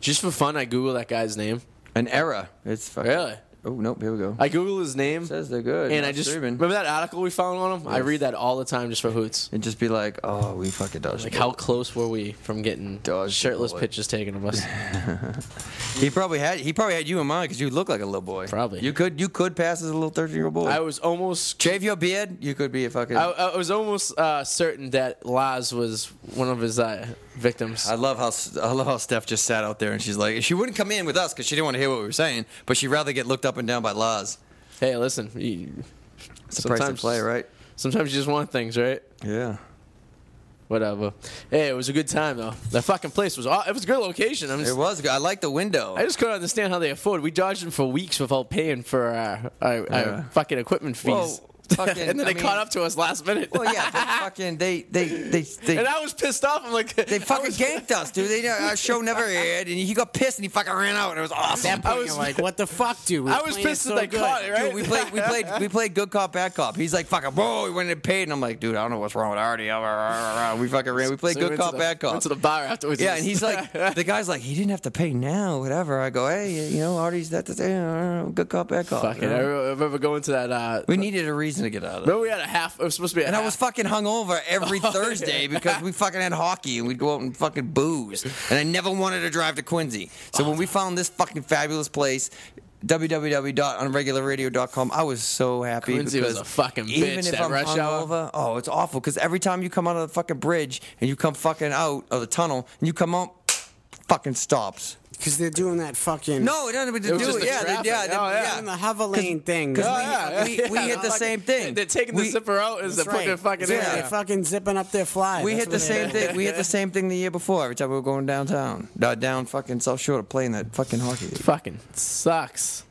B: Just for fun, I Googled that guy's name.
C: An era. It's fucking,
B: Really?
C: Oh nope. Here we go.
B: I Googled his name.
C: says they're good.
B: And
C: not
B: I just
C: streaming.
B: remember that article we found on him. I
C: Yes.
B: read that all the time just for hoots.
C: and just be like, oh, we fucking dodged.
B: Like
C: it.
B: how close were we from getting
C: Dodged the
B: shirtless
C: bullet.
B: pictures taken
C: [laughs]
B: of us?
C: He probably had he probably had you in mind because you look like a little boy.
B: Probably.
C: you could you could pass as a little thirteen year old boy.
B: I was almost,
C: Shave your beard, you could be a fucking.
B: I,
C: I,
B: I was almost uh, certain that Laz was one of his uh, victims.
C: love how I love how Steph just sat out there and she's like she wouldn't come in with us because she didn't want to hear what we were saying, but she'd rather get looked up and down by Laz.
B: hey, listen, you,
C: It's the price to
B: Sometimes-
C: play, right?
B: sometimes you just want things, right?
C: Yeah.
B: Whatever. Hey, it was a good time though. That fucking place was. aw- It was a good location. I'm
C: It
B: just,
C: was. good. I like the window.
B: I just couldn't understand how they afford. We dodged them for weeks without paying for uh, our, our,
C: Yeah.
B: our fucking equipment fees,
C: Well,
B: [laughs]
C: fucking-
B: and then
C: I
B: they caught
C: mean-
B: up to us last minute.
C: well, yeah,
B: [laughs]
C: but fucking they they they they.
B: And I was pissed off. I'm like,
C: they
B: [laughs] I
C: fucking
B: was,
C: ganked us, dude. They, our show never aired, and he got pissed, and he fucking ran out, and it was awesome.
B: I was,
D: Like, what the fuck, dude? We
B: I
D: were
B: was
D: playing
B: pissed
D: so
B: that they
D: good.
B: caught it, right?
C: Dude, we played, we
B: [laughs]
C: played, we played good cop, bad cop. He's like, fucking, whoa, we went and paid, and I'm like, dude, I don't know what's wrong with Artie. We fucking ran. We played
B: So we
C: good
B: went to
C: cop,
B: the-
C: bad cop.
B: Went to the bar afterwards.
C: yeah, and
B: [laughs]
C: he's like, the guy's like, he didn't have to pay now, whatever. I go, hey, you know, Artie's that, that, that good cop, bad cop.
B: fucking.
C: you [laughs] know?
B: I re- I remember going to that. Uh,
C: We needed a reason to get out of it.
B: remember we had a half. It was supposed to be. A
C: And I
B: half.
C: was fucking hungover
B: [laughs] Oh,
C: every Thursday because we fucking had hockey and we'd go out and fucking booze. And I never wanted to drive to Quincy. So when we found this fucking fabulous place, www.unregularradio.com, I was so happy.
B: Quincy was
C: because
B: a fucking bitch,
C: even if
B: that
C: I'm
B: rush hour.
C: hungover, oh, it's awful because every time you come out of the fucking bridge and you come fucking out of the tunnel and you come out, fucking stops.
D: Because they're doing that fucking.
C: No, it doesn't have to
B: It was
C: do
B: just
C: it.
B: the
C: Yeah, they,
B: traffic.
C: yeah, they-
B: Oh, yeah.
C: yeah.
D: Doing the hover lane thing.
C: Because
D: though.
B: yeah,
C: we,
B: yeah,
C: we, we
B: [laughs]
C: hit the same thing.
B: They're taking
C: We-
B: the zipper out and they're
D: That's
B: putting
D: right.
B: it fucking
D: yeah,
B: in.
D: they're fucking zipping up their fly.
C: We
D: That's
C: hit
D: what
C: the
D: they
C: same
D: do.
C: thing. We hit the same thing the year before. Every time we were going downtown, uh, down fucking South Shore to play in that fucking hockey league.
B: Fucking sucks.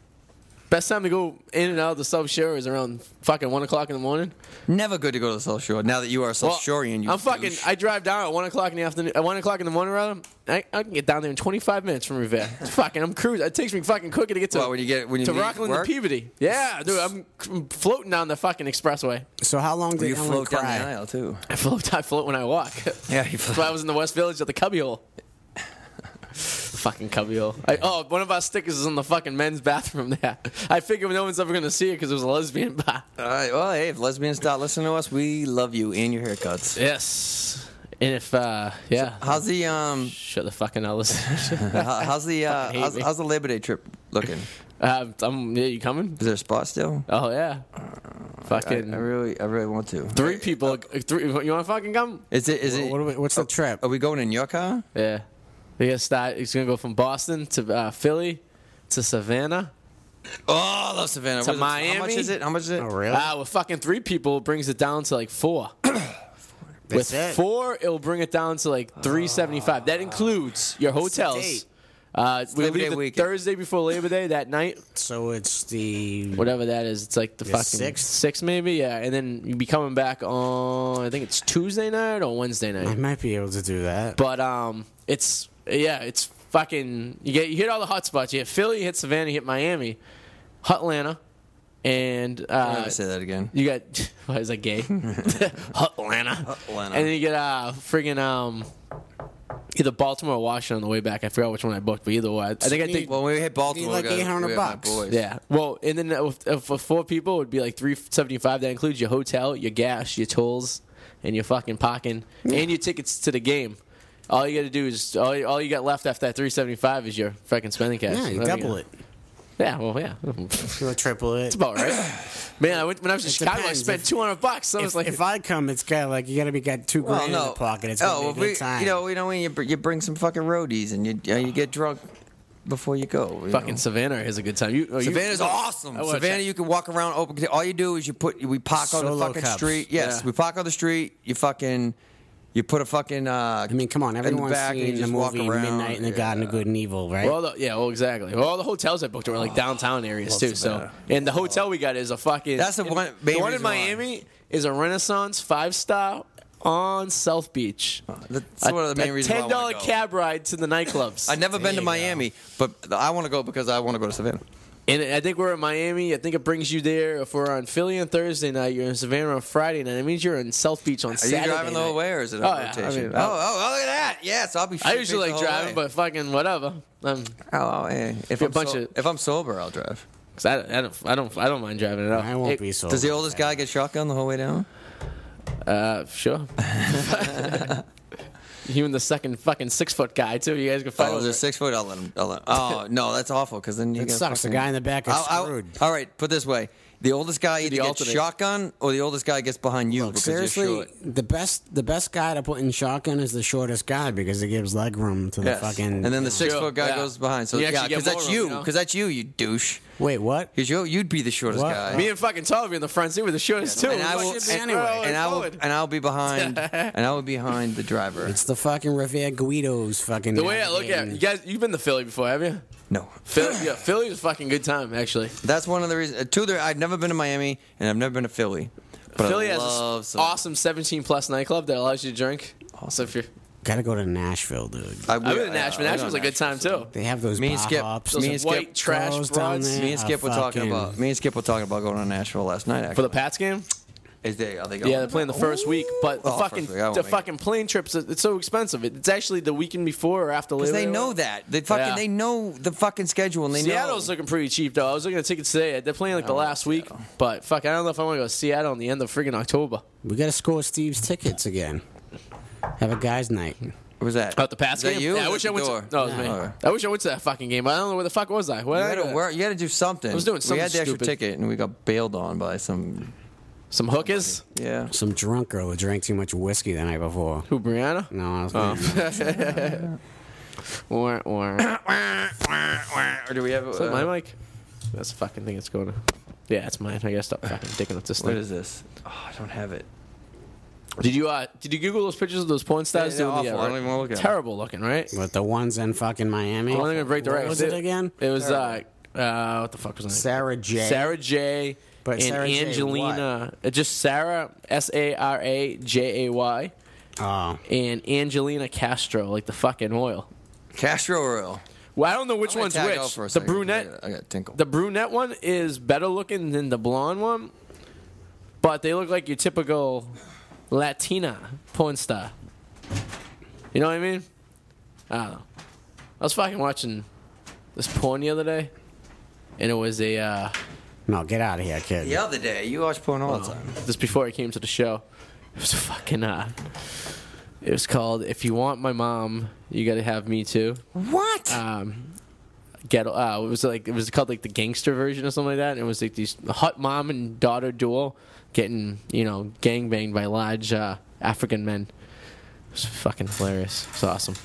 B: Best time to go in and out of the South Shore is around fucking one o'clock in the morning.
C: Never good to go to the South Shore. Now that you are a South Shorean, you
B: I'm fucking.
C: douche.
B: I drive down at one o'clock in the afternoon. At one o'clock in the morning, rather. I, I can get down there in 25 minutes from
C: [laughs]
B: Revere. fucking, I'm cruising. It takes me fucking cooking to get to.
C: What, when you get- when you
B: to
C: leave
B: Rockland
C: work?
B: to Peabody. Yeah, dude, I'm
C: [laughs]
B: c- floating down the fucking expressway.
D: So how long did
C: you
D: Ellen
C: float down
D: cry?
C: the aisle too.
B: I float. I float when I walk. [laughs] That's
C: Yeah, you float.
B: why I was in the West Village at the cubbyhole. [laughs] fucking cubbyhole. I, oh, one of our stickers is in the fucking men's bathroom there. I figure no one's ever gonna see it because it was a lesbian bar.
C: All right. Well, hey, if lesbians start listening to us, we love you and your haircuts.
B: Yes. And if uh, yeah,
C: How's the um?
B: shut the fucking Ellis. [laughs]
C: how- How's the uh?
B: Fucking hate
C: How's,
B: me.
C: how's the Labor Day trip looking?
B: uh, I'm, yeah, you coming?
C: Is there a spot still?
B: Oh yeah.
C: I, I
B: Fucking
C: really, I really want to.
B: three people. uh, three. You want to fucking come?
C: Is it? Is it?
D: What, do we-
C: Oh.
D: what's the trip?
C: Are we going in your car?
B: Yeah. We're gonna start. He's gonna go from Boston to uh, Philly to Savannah
C: Oh, I love Savannah.
B: To
C: What is it? How much
B: Miami?
C: is it? How much is it?
D: Oh, really?
B: Ah, with fucking three people it brings it down to like four.
D: That's
B: with
D: it.
B: four, it'll bring it down to like three seventy five. That includes your hotels.
D: date.
B: Uh, we
C: Labor Day
B: leave the
C: weekend.
B: Thursday before Labor Day that night,
D: So it's the
B: whatever that is. It's like the
D: Yeah,
B: fucking
D: sixth?
B: six maybe, yeah. And then you'd be coming back on I think it's Tuesday night or Wednesday night.
D: I might be able to do that.
B: But um, it's yeah, it's fucking. You get you hit all the hot spots. You hit Philly, you hit Savannah, you hit Miami, Atlanta, and
C: I'm
B: uh,
C: gonna say that again.
B: you got [laughs] why is that
D: [laughs]
B: gay? Atlanta,
C: Atlanta.
B: and then you get uh friggin' um. Either Baltimore or Washington on the way back. I forgot which one I booked, but either way, I think I
D: Sydney-
B: think.
C: When we hit Baltimore,
D: like
C: we got-
D: 800
C: we had my
D: bucks.
C: boys.
B: Yeah. Well, and then uh, with- uh, for four people, it would be like three seventy five. That includes your hotel, your gas, your tolls, and your fucking parking, and your tickets to the game. All you got to do is all you, all you got left after that three seventy five is your fucking spending cash.
D: yeah, you
B: Whatever
D: double it.
B: Yeah. Well, yeah. [laughs] That's
D: You triple it.
B: about right. Man, I went, when I was in
D: It
B: Chicago,
D: depends.
B: I spent
D: If-
B: two hundred bucks. So I was
D: If,
B: like,
D: if I come, it's got like you got to be got two grand in your pocket. It's gonna
C: oh,
D: be a
C: we-
D: good time.
C: you know, you know, when you br- you bring some fucking roadies and you you get drunk before you go. you
B: fucking
C: know.
B: Savannah is a good time. You, oh, you-
C: Savannah's awesome.
B: I wanna
C: Savannah,
B: check.
C: you can walk around open. All you do is you put we park on
D: Solo
C: the fucking
D: cups.
C: street. Yes,
B: Yeah.
C: we park on the street. You fucking you put a fucking. Uh,
D: I mean, come on, everyone's
C: back and you
D: seen the
C: just walk
D: movie
C: around,
D: Midnight in the Garden of Good and Evil, right?
B: Well, the, yeah, well, exactly. Well, all the hotels I booked were
C: Oh,
B: like downtown areas
D: love
B: too. So,
D: Savannah.
B: and the hotel we got is a fucking.
C: That's the one-
B: The
C: main
B: one in
C: reason why.
B: Miami is a Renaissance five star on South Beach.
C: that's one of the main
B: a
C: reasons. why I
B: Ten
C: wanna
B: dollar
C: go.
B: cab ride to the nightclubs.
C: [laughs] I've never been
D: There
C: to
D: you
C: Miami, but I want to go because I want to go to Savannah.
B: and I think we're in Miami. I think it brings you there. If we're on Philly on Thursday night, you're in Savannah on Friday night. It means you're in South Beach on
C: Are
B: Saturday.
C: you driving the
B: night.
C: whole way, or is it
B: Oh,
C: on
B: yeah, I
C: rotation?
B: mean,
C: oh, oh, oh, look at that! Yes, I'll be.
B: I
C: shit-faced
B: usually like
C: the whole
B: driving,
C: way.
B: but fucking whatever. Um,
C: Oh, hey. If
B: a
C: I'm
B: bunch
C: so-
B: of-
C: if I'm sober, I'll drive.
B: 'cause I, don't- I don't, I don't, I don't mind driving at all.
D: I won't
B: It-
D: be so.
C: Does the oldest guy get shotgun the whole way down?
B: Uh,
C: [laughs]
B: sure. you and the second fucking six foot guy too. You guys can fight.
C: Oh,
B: over
C: there's
B: it.
C: six foot. I'll let him. I'll let Oh no, that's awful. Because then you
D: It
C: gotta
D: sucks. The
C: fucking-
D: guy in the back is
C: I'll- I'll-
D: screwed.
C: all right, put it this way: the oldest guy either gets
B: alternate.
C: shotgun or the oldest guy gets behind you because you're
D: Seriously,
C: short.
D: the best the best guy to put in shotgun is the shortest guy because it gives leg room to the
C: Yes.
D: fucking.
C: and then the
D: you
C: six
B: Sure,
C: foot guy
B: yeah.
C: goes behind. So
B: You actually
C: yeah,
B: get
C: because that's
B: more room,
C: you.
B: you know?
C: Because that's you, you douche.
D: know. wait, what?
C: Because you, you'd be the shortest
D: What?
C: guy.
B: Me and fucking Tully in the front seat with the shortest too.
C: and I
B: Fuck
C: will,
B: it,
D: be
B: man.
D: anyway.
B: Throw it
C: and I will,
B: forward.
C: and I'll be behind, and I will be behind the driver.
D: It's the fucking Riviera Guido's fucking.
B: the way I look at it, you guys, you've been to Philly before, have you?
C: No,
B: Philly,
C: [laughs]
B: yeah, Philly's a fucking good time actually.
C: that's one of the reasons. Two, there, I've never been to Miami, and I've never been to Philly. But
B: Philly
C: I
B: has
C: love
B: this
C: some-
B: awesome 17 plus nightclub that allows you to drink. Also, if you're,
D: Gotta go to Nashville, dude.
C: I,
B: I've been
C: yeah,
B: to Nashville.
C: I- I know
B: Nashville's a good time too.
D: They have those
C: Me and
D: bar
C: Skip-
D: hops.
B: Those
C: me and Skip-
B: white trash
D: Girls down
B: broads
D: there.
C: Me and Skip were
D: are
C: talking
D: fucking-
C: about. Me and Skip were talking about going to Nashville last night. Actually.
B: for the Pats game.
C: Is they are they going?
B: Yeah, they're playing the first week, but the
C: Oh, first
B: fucking
C: week, I won't
B: the
C: make it.
B: fucking plane trips it's so expensive. It- It's actually the weekend before or after.
C: Because
B: Labor
C: they
B: Day.
C: know that they fucking
B: Yeah.
C: they know the fucking schedule and they
B: Seattle's
C: know.
B: looking pretty cheap though. I was looking at tickets today. They're playing like the
C: I like
B: last week,
C: Seattle.
B: but fuck, I don't know if I want to go to Seattle in the end of friggin' October.
D: We gotta score Steve's tickets again. Have a guys' night.
C: What was that?
B: About the past
C: Is that
B: game.
C: You?
B: Yeah, I
C: Is
B: wish
C: that
B: I
C: the
B: went.
C: door?
B: To, no, it was me.
C: Okay.
B: I wish I went to that fucking game. I don't know where the fuck was I. Where
C: You
B: did I
C: had
B: go?
C: to work. You had to do something. I
B: was doing
C: We
B: something
C: had the extra
B: stupid.
C: ticket and we got bailed on by some.
B: Some hookers.
C: Yeah.
D: Some drunk girl who drank too much whiskey the night before.
B: Who Brianna?
C: Mm.
D: No, I was. Oh.
B: Wah,
C: [coughs]
B: wah.
C: Or do we have? uh,
B: Is that my mic? That's the fucking thing that's going to. Yeah, it's mine. I gotta
C: [sighs]
B: stop fucking dicking with this
C: What
B: thing.
C: is this? Oh, I don't have it.
B: did you uh did you Google those pictures of those porn stars
C: Yeah, they're
B: doing the
C: awful. I don't even wanna look at 'em.
B: terrible looking, right?
D: But the ones in fucking Miami.
B: I'm not gonna break the
D: What
B: record.
D: was it again?
B: It was uh, uh what the fuck was it?
D: Sarah J.
B: Sarah J.
D: But
B: and
D: Sarah J.
B: Angelina, uh, just Sarah S A R A J A Y
D: Oh.
B: and Angelina Castro, like the fucking oil.
C: Castro Royal.
B: Well, I don't know which one's
C: Tag out for a
B: which. The
C: second. I
B: brunette,
C: got- I got tinkle.
B: the brunette one is better looking than the blonde one, but they look like your typical Latina porn star. You know what I mean? I don't know. I was fucking watching this porn the other day, and it was a. Uh,
D: No, get out of here, kid.
C: the other day you watch porn all the time.
B: Just before I came to the show, it was a fucking. Uh, it was called "If You Want My Mom, You Got to Have Me Too."
C: What?
B: Um, get uh, it was like it was called like the gangster version or something like that. And it was like these hot mom and daughter duel getting you know gang banged by large uh, African men. It was fucking hilarious. It was awesome.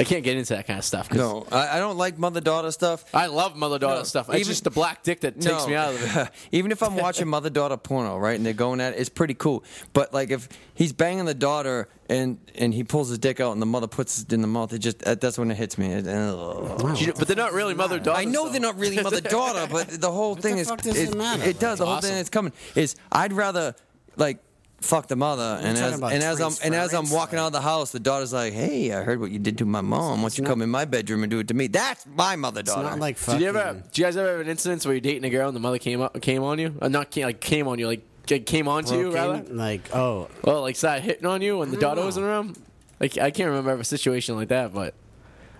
B: I can't get into that kind of stuff. 'cause
C: No, I, I don't like mother daughter stuff.
B: I love mother daughter
C: No,
B: stuff.
C: even-
B: it's just the black dick that takes me out of [laughs]
C: [laughs]
B: it.
C: Even if I'm watching mother daughter porno, right, and they're going at it, it's pretty cool. But like if he's banging the daughter and and he pulls his dick out and the mother puts it in the mouth, it just that- that's when it hits me. It- ugh.
B: You know, but they're not really mother daughter.
C: I know they're not really mother daughter, but the
D: [laughs]
C: whole thing
D: the
C: is
D: fuck does
C: it,
D: it matter?
C: it does. The whole thing
B: Awesome.
C: that's coming is I'd rather like fuck the mother and
D: talking
C: as
D: about
C: and as I'm and as I'm
D: transference,
C: walking
D: like-
C: out of the house, the daughter's like, "Hey, I heard what you did to my mom. Why don't you
D: not-
C: come in my bedroom and do it to me?" That's my mother
D: It's
C: daughter.
D: not like
B: Did
D: fucking.
B: you ever? Do you guys ever have an incident where you're dating a girl and the mother came up, came on you? Uh, not came, like came on you, like ca- came on to you
D: broken,
B: rather.
D: Like, oh,
B: Well, like started hitting on you when the daughter
D: know.
B: wasn't around. Like I can't remember ever a situation like that, but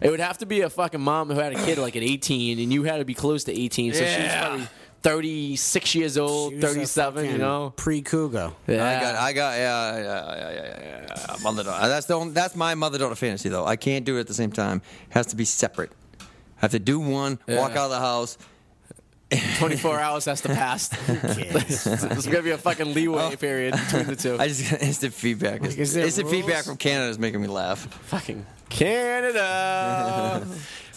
B: it would have to be a fucking mom who had a kid like at 18, and you had to be close to 18, so she was
C: Yeah.
B: probably 36 years old,
D: she was a
B: 37. You
D: fucking
B: know?
D: pre-cougar.
B: Yeah.
C: I got, I got, yeah, yeah, yeah, yeah, yeah, yeah. Mother daughter. That's the only, that's my mother daughter fantasy though. I can't do it at the same time. It has to be separate. I have to do one, walk
B: Yeah.
C: out of the house.
B: [laughs] 24 hours has to [laughs] pass. There's gonna be a fucking leeway period between the two.
C: I just [laughs] got instant feedback.
D: is there
C: instant feedback
D: rules?
C: from Canada is making me laugh.
B: fucking Canada.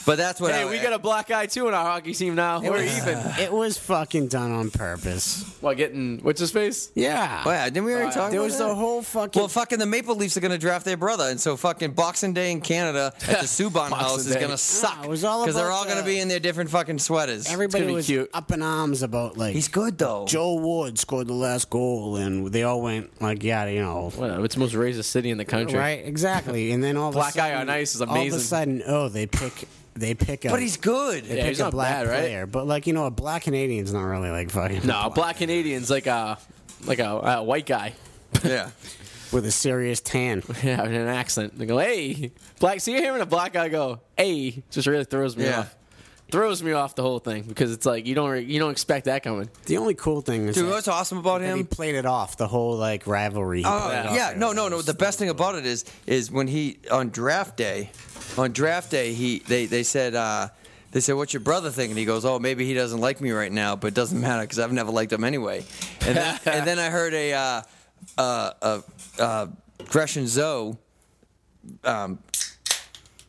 C: But that's what.
B: hey,
C: I,
B: we got a black guy too in our hockey team now. We're even.
D: It was fucking done on purpose.
B: While getting what's his face?
D: Yeah.
C: Oh, yeah, didn't we already
B: Alright.
C: talk?
D: There
C: about
D: was
C: that?
D: the whole fucking.
C: Well, fucking the Maple Leafs are going to draft their brother, and so fucking Boxing Day in Canada
D: [laughs]
C: at the Subban house is
B: Day.
C: going to suck
D: Ah, it was all
C: they're
D: about
C: all going to
D: the-
C: be in their different fucking sweaters.
B: It's gonna
D: everybody
B: be
D: was
B: cute.
D: up in arms about like
C: He's good though.
D: Joe Ward scored the last goal, and they all went like, yeah, you know,
B: Well, it's uh, the most racist city in the country.
D: right, exactly. And then all
B: Black
D: of a sudden,
B: guy on ice is
D: All of
B: amazing.
D: a sudden, oh, they pick, they pick a,
C: but he's good.
D: they
B: Yeah,
D: pick
B: he's
D: a
B: not
D: black
B: bad, right?
D: player. But like you know, a black Canadian's not really like fucking
B: No, black Canadians like a like a, a white guy.
C: [laughs]
B: [laughs]
C: yeah.
D: with a serious tan.
B: Yeah, with an accent. They go, hey, black. See him and a black guy go, hey, just really throws me
C: Yeah.
B: off. Throws me off the whole thing because it's like you don't re- you don't expect that coming.
D: The only cool thing is
C: Dude,
D: like,
C: what's awesome about
D: that he
C: him?
D: played it off the whole like rivalry.
C: Um, Oh yeah, no, no, no. The best thing about it is, is when he on draft day, on draft day, he they they said. Uh, they said, "What's your brother think?" And he goes, "Oh, maybe he doesn't like me right now, but it doesn't matter because I've never liked him anyway." And then,
D: [laughs]
C: and then I heard a uh, uh, uh, uh, Gresham Zoe um,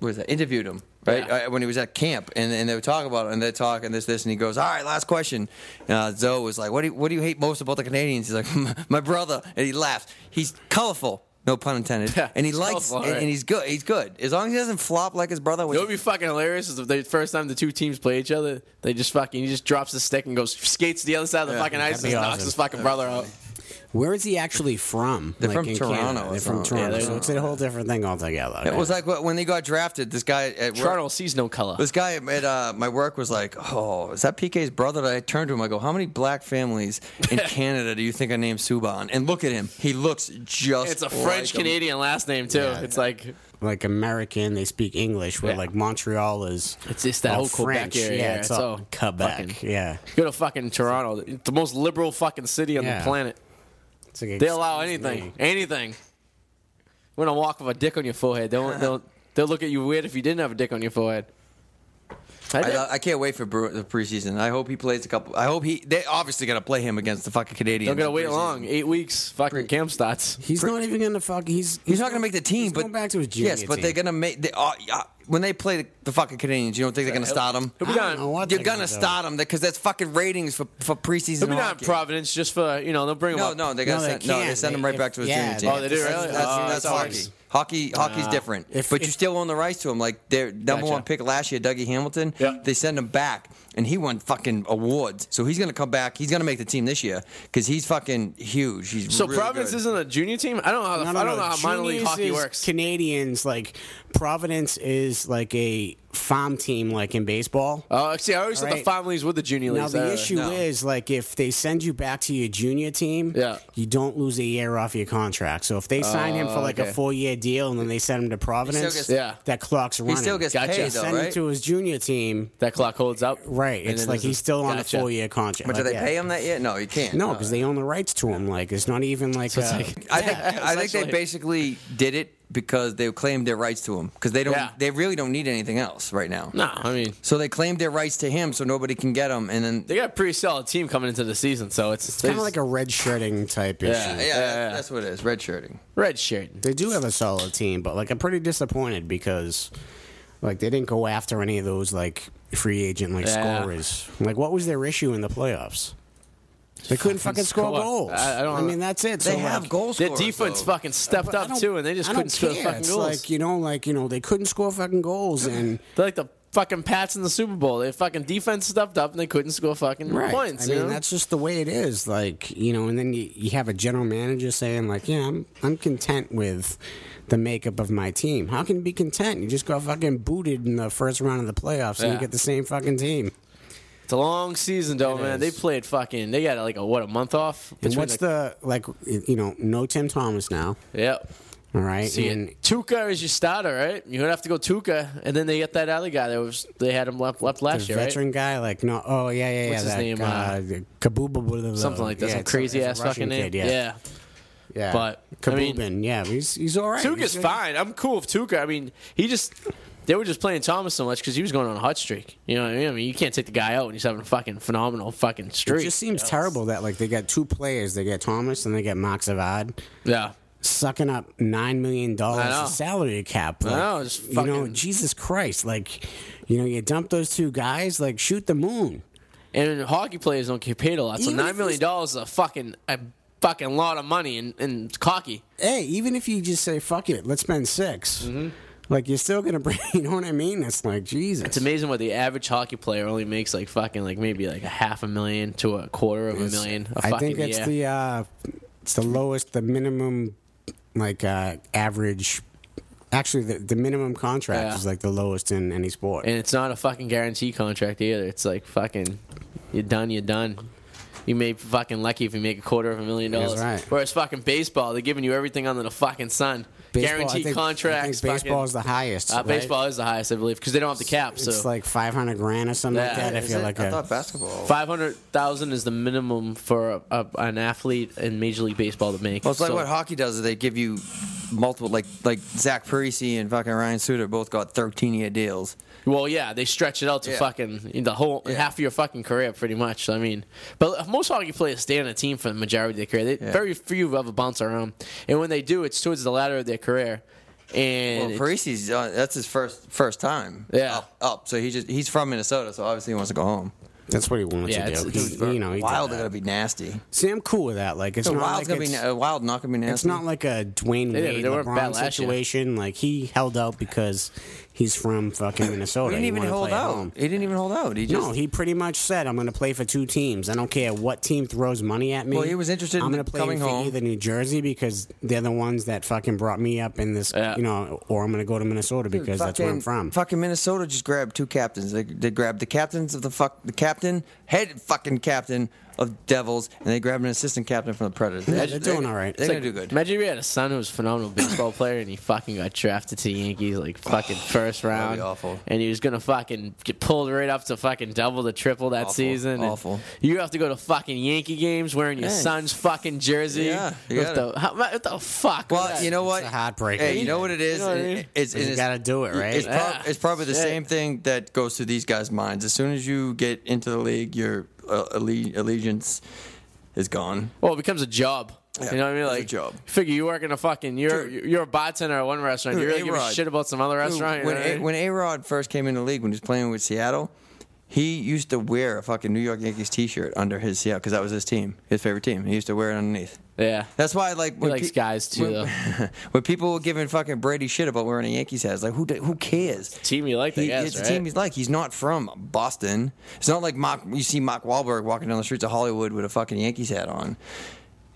C: was that interviewed him right
B: Yeah.
C: uh, when he was at camp and, and they were talking about it and they're talking this this and he goes all right last question uh, Zoe was like what do you, what do you hate most about the Canadians he's like [laughs] my, my brother and he laughs he's colorful no pun intended
B: Yeah,
C: and he
B: he's
C: likes
B: colorful,
C: and,
B: right.
C: and he's good he's good as long as he doesn't flop like his brother
B: It
C: which
B: would be fucking hilarious is if the first time the two teams play each other, they just fucking he just drops his stick and goes skates to the other side of the fucking ice
D: that'd be
B: and knocks
D: awesome.
B: his fucking brother out.
D: Where is he actually from?
C: They're
D: Like,
C: from
D: in
C: Toronto
D: Canada.
C: or
D: They're from
C: something. Yeah,
D: Toronto.
B: they're-
D: so it's a whole different thing altogether.
C: it was like when they got drafted this guy at work-
B: Toronto sees no color.
C: This guy at uh, my work was like, "Oh, is that PK's brother?" I turned to him. I go, "How many black families
B: [laughs]
C: in Canada do you think are named Subban?" And look at him. He looks just.
B: It's a
C: like
B: French
C: him.
B: Canadian last name too.
D: Yeah.
B: it's like
D: like American. They speak English. Where
B: Yeah.
D: like Montreal is.
B: It's just that
D: all
B: whole Quebec
D: French.
B: area.
D: Yeah, it's, all, Quebec.
B: fucking-
D: yeah,
B: Go to fucking Toronto, It's the most liberal fucking city on the
D: Yeah.
B: planet.
D: It's like,
B: They allow
D: excuse
B: anything,
D: me.
B: anything. When I walk with a dick on your forehead,
D: [laughs]
B: they'll they'll they'll look at you weird if you didn't have a dick on your forehead. I
C: I,
B: did.
C: lo- I can't wait for Brew- the preseason. I hope he plays a couple. I hope he. They obviously gonna play him against the fucking Canadians.
B: I'm gonna wait
C: in preseason.
B: long, eight weeks. Fucking camp starts. [laughs]
D: He's not even gonna fuck. He's
C: He's not gonna make the team.
D: He's
C: but
D: going back to his junior
C: Yes, but
D: team.
C: they're gonna make. They, uh, uh, when they play the, the fucking Canadians, you don't think they're gonna start him?
B: He'll
D: I
B: be
D: don't know
B: down.
D: what
C: You're
D: they're
C: gonna
D: do.
C: start him because that's fucking ratings for for preseason.
B: He'll be down in
C: hockey.
B: Providence just for you know they'll bring him
C: No,
B: up.
C: no, they
D: No,
C: got
D: they
C: send, no, they
D: can't.
C: send him
D: They-
C: right back to his
D: yeah,
C: junior
D: they-
C: team.
B: Oh, they do,
C: That's,
B: really?
C: that's,
B: Oh,
C: that's
B: that's
C: hockey.
B: ours.
C: Hockey, hockey's different.
D: If-
C: but you
D: if-
C: still own the rights to him. Like their number
B: Gotcha.
C: one pick last year, Dougie Hamilton.
B: Yeah.
C: They send him back, and he won fucking awards. So he's gonna come back. He's gonna make the team this year because he's fucking huge. He's
B: So
C: really
B: Providence
C: good.
B: isn't a junior team. I don't know how the,
D: No,
B: I
D: no,
B: don't
D: no.
B: know how minor league
D: Juniors
B: hockey
D: is
B: works.
D: Canadians like Providence is like a farm team, like in baseball.
B: Oh, see, I always thought the
D: Right.
B: families with the junior
D: Now
B: leagues.
D: the
B: uh,
D: issue
C: no.
D: is like if they send you back to your junior team,
B: Yeah.
D: you don't lose a year off your contract. So if they sign him for
C: Oh,
D: like
B: okay.
D: a four year deal and then they send him to Providence,
C: gets-
B: Yeah.
D: that clock's running.
C: He still gets
B: Gotcha.
C: paid though,
D: send him
C: right?
D: to his junior team,
B: that clock holds up.
D: right?
B: And
D: It's
B: it
D: like
B: doesn't-
D: he's still on
B: Gotcha.
D: a four year contract.
C: But do
D: Like,
C: they
D: yeah.
C: pay him that yet? No, you can't.
D: No, because they own the rights to him. Like it's not even
B: it's
D: like, a-
B: like-
C: I think
B: Yeah,
C: I think they
B: essentially.
C: basically did it because they claimed their rights to him because they don't.
B: Yeah.
C: They really don't need anything else right now.
B: No, I mean
C: So they claimed their rights to him, so nobody can get him, and then
B: they got a pretty solid team coming into the season, so it's,
D: it's kind of like a red shirting type
B: Yeah.
D: issue.
C: yeah,
B: Yeah, yeah.
C: that's what it is. Red shirting.
B: red shirt.
D: They do have a solid team, but like I'm pretty disappointed because Like they didn't go after any of those like free agent like
B: Yeah.
D: scorers. Like what was their issue in the playoffs? They couldn't fucking, score,
B: score.
D: goals.
B: I- I don't-
D: mean, that's it.
C: They
D: So,
C: have
D: like,
C: goals.
B: Their defense fucking stepped
D: but I
B: up
D: don't-
B: too, and they just
D: I
B: couldn't
D: don't
B: score
D: care.
B: fucking
D: it's
B: goals.
D: Like you know, like you know, they couldn't score fucking goals, and
B: They're like the fucking Pats in the Super Bowl. Their fucking defense stepped up, and they couldn't score fucking
D: right.
B: points.
D: I mean,
B: you know?
D: that's just the way it is. Like you know, and then you, you have a general manager saying like, "Yeah, I'm I'm content with the makeup of my team." How can you be content? You just got fucking booted in the first round of the playoffs, and
B: Yeah.
D: you get the same fucking team.
B: It's a long season, though, man. They played fucking. They got like a what a month off.
D: And
B: between
D: what's the like? You know, no Tim Thomas now.
B: yeah?
D: All right,
B: See,
D: and
B: Tuca is your starter, right? You would have to go Tuca, and then they get that other guy that was they had him left left
D: the
B: last year, right?
D: veteran guy, like no, oh yeah, yeah, yeah,
B: What's his
D: that,
B: name, uh,
D: uh, Kabuba,
B: Something like that,
D: uh, yeah,
B: some
D: it's a-
B: crazy
D: it's a
B: ass
D: Russian
B: fucking name.
D: kid,
B: yeah,
D: Yeah.
B: But, I mean-
D: Kabubin, yeah, he's he's all right.
B: Tuca's
D: He's-
B: fine. I'm cool with Tuca. I mean, he just they were just playing Thomas so much because he was going on a hot streak. You know what I mean? I mean, you can't take the guy out and he's having a fucking phenomenal fucking
D: It
B: streak.
D: just seems terrible that like they got two players. They got Thomas and they got Max Avad
B: yeah.
D: sucking up nine million
B: I know.
D: dollars salary cap. Like,
B: know, it's
D: you know,
B: fucking-
D: Jesus Christ! Like, you know, you dump those two guys, like shoot the moon.
B: And hockey players don't get paid a lot, so
D: Even
B: nine
D: if
B: million dollars is a fucking a fucking lot of money and and cocky.
D: Hey, even if you just say fuck it, let's spend 6
B: Mm-hmm.
D: Like you're still gonna [laughs] bring, you know what I mean? It's like Jesus.
B: It's amazing what the average hockey player only makes like fucking like maybe like a half a million to a quarter of a
D: It's-
B: million. A
D: I
B: fucking
D: think it's
B: year.
D: the uh, it's the lowest, the minimum, like uh, average. Actually, the, the minimum contract
B: Yeah.
D: is like the lowest in any sport.
B: and it's not a fucking guarantee contract either. It's like fucking, you're done, you're done. You may be fucking lucky if you make a quarter of a million
D: That's
B: dollars.
D: right.
B: Whereas fucking baseball, they're giving you everything under the fucking sun.
D: Baseball, I
B: guarantee
D: think- I
B: contracts.
D: think baseball
B: fucking-
D: is the highest.
B: uh,
D: right?
B: baseball is the highest, I believe, because they don't have the cap. So
D: It's like five hundred grand or something like
B: Yeah.
D: that. If you're like
C: I
D: a-
C: thought basketball.
B: five hundred thousand is the minimum for a, a, an athlete in Major League Baseball to make.
C: Well, it's like
B: So-
C: what hockey does. is They give you multiple, like like Zach Parisi and fucking Ryan Suter both got 13 year deals.
B: Well, yeah, they stretch it out to
C: Yeah.
B: fucking the whole half of your fucking career, pretty much. I mean, but most hockey players stay on a team for the majority of their career. They,
C: Yeah.
B: Very few ever bounce around, and when they do, it's towards the latter of their career.
C: Well,
B: And it's-
C: Parisi's uh, that's his first first time.
B: Yeah.
C: up, up. So he just he's from Minnesota, so obviously he wants to go home.
D: that's what he wanted
B: Yeah,
D: to
B: it's-
D: do.
B: it's
D: He- you know, he did
C: Wild
D: that.
C: are gonna be nasty.
D: See, I'm cool with that. Like, it's
C: So
D: not
C: Wild's
D: like
C: gonna
D: it's-
C: be na- uh, Wild not gonna be nasty.
D: It's not like a Dwayne
B: They-
D: Wade
B: they weren't bad
D: LeBron
B: last year.
D: situation. Like he held out because he's
B: [coughs]
D: from fucking Minnesota.
C: He didn't even
D: wanted to
C: hold
D: play at
C: out.
D: home.
C: He didn't even hold out. He just
D: No, he pretty much said, "I'm going to play for two teams. I don't care what team throws money at me."
C: Well, he was interested
D: I'm
C: in
D: gonna play
C: coming
D: for
C: home.
D: either New Jersey because they're the ones that fucking brought me up in this,
B: Yeah.
D: you know, or I'm going to go to Minnesota because that's where I'm from.
C: Fucking Minnesota just grabbed two captains. They, they grabbed the captains of the fuck the captain, head fucking captain of Devils, and they grabbed an assistant captain from the Predators.
D: Yeah, they're doing all right.
C: They're
D: It's
C: gonna
B: like,
C: do good.
B: Imagine if you had a son who was a phenomenal baseball player and he fucking got drafted to the Yankees
C: [sighs]
B: like fucking first round.
C: be awful.
B: And he was gonna fucking get pulled right up to fucking double to triple that
C: Awful,
B: season. and
C: awful.
B: You have to go to fucking Yankee games wearing your
C: Yeah.
B: son's fucking jersey.
C: Yeah, you
B: with
C: gotta-
B: the, how, what the fuck? was
C: Well,
B: that?
C: you know what?
D: a heartbreaker.
C: Hey, you know what it is?
B: You know what I
C: It-
B: mean?
C: it- it's,
D: But you
C: it's-
D: gotta do it, right?
C: It's, prob-
B: Yeah.
C: it's probably the
B: Shit.
C: same thing that goes through these guys' minds. As soon as you get into the league, your uh, alle- allegiance is gone.
B: Well, it becomes a job.
C: Yeah,
B: you know what I mean?
C: it's a
B: Like
C: job.
B: Figure you work in a fucking you're
C: Dude.
B: you're a bartender at one restaurant.
C: Dude,
B: you really give a
C: A-Rod.
B: shit about some other restaurant. you
C: When
B: know what I
C: a-
B: mean?
C: when A Rod first came in the league, when he was playing with Seattle, he used to wear a fucking New York Yankees T-shirt under his Seattle because that was his team, his favorite team. He used to wear it underneath.
B: yeah.
C: That's why, like, when
B: likes guys, too,
C: when,
B: though.
C: [laughs] when people were giving fucking Brady shit about wearing a Yankees hat, it's like who da- who cares?
B: team you like, I
C: He-
B: guess,
C: it's
B: right?
C: a team he's like. He's not from Boston. It's not like Mark. You see Mark Wahlberg walking down the streets of Hollywood with a fucking Yankees hat on.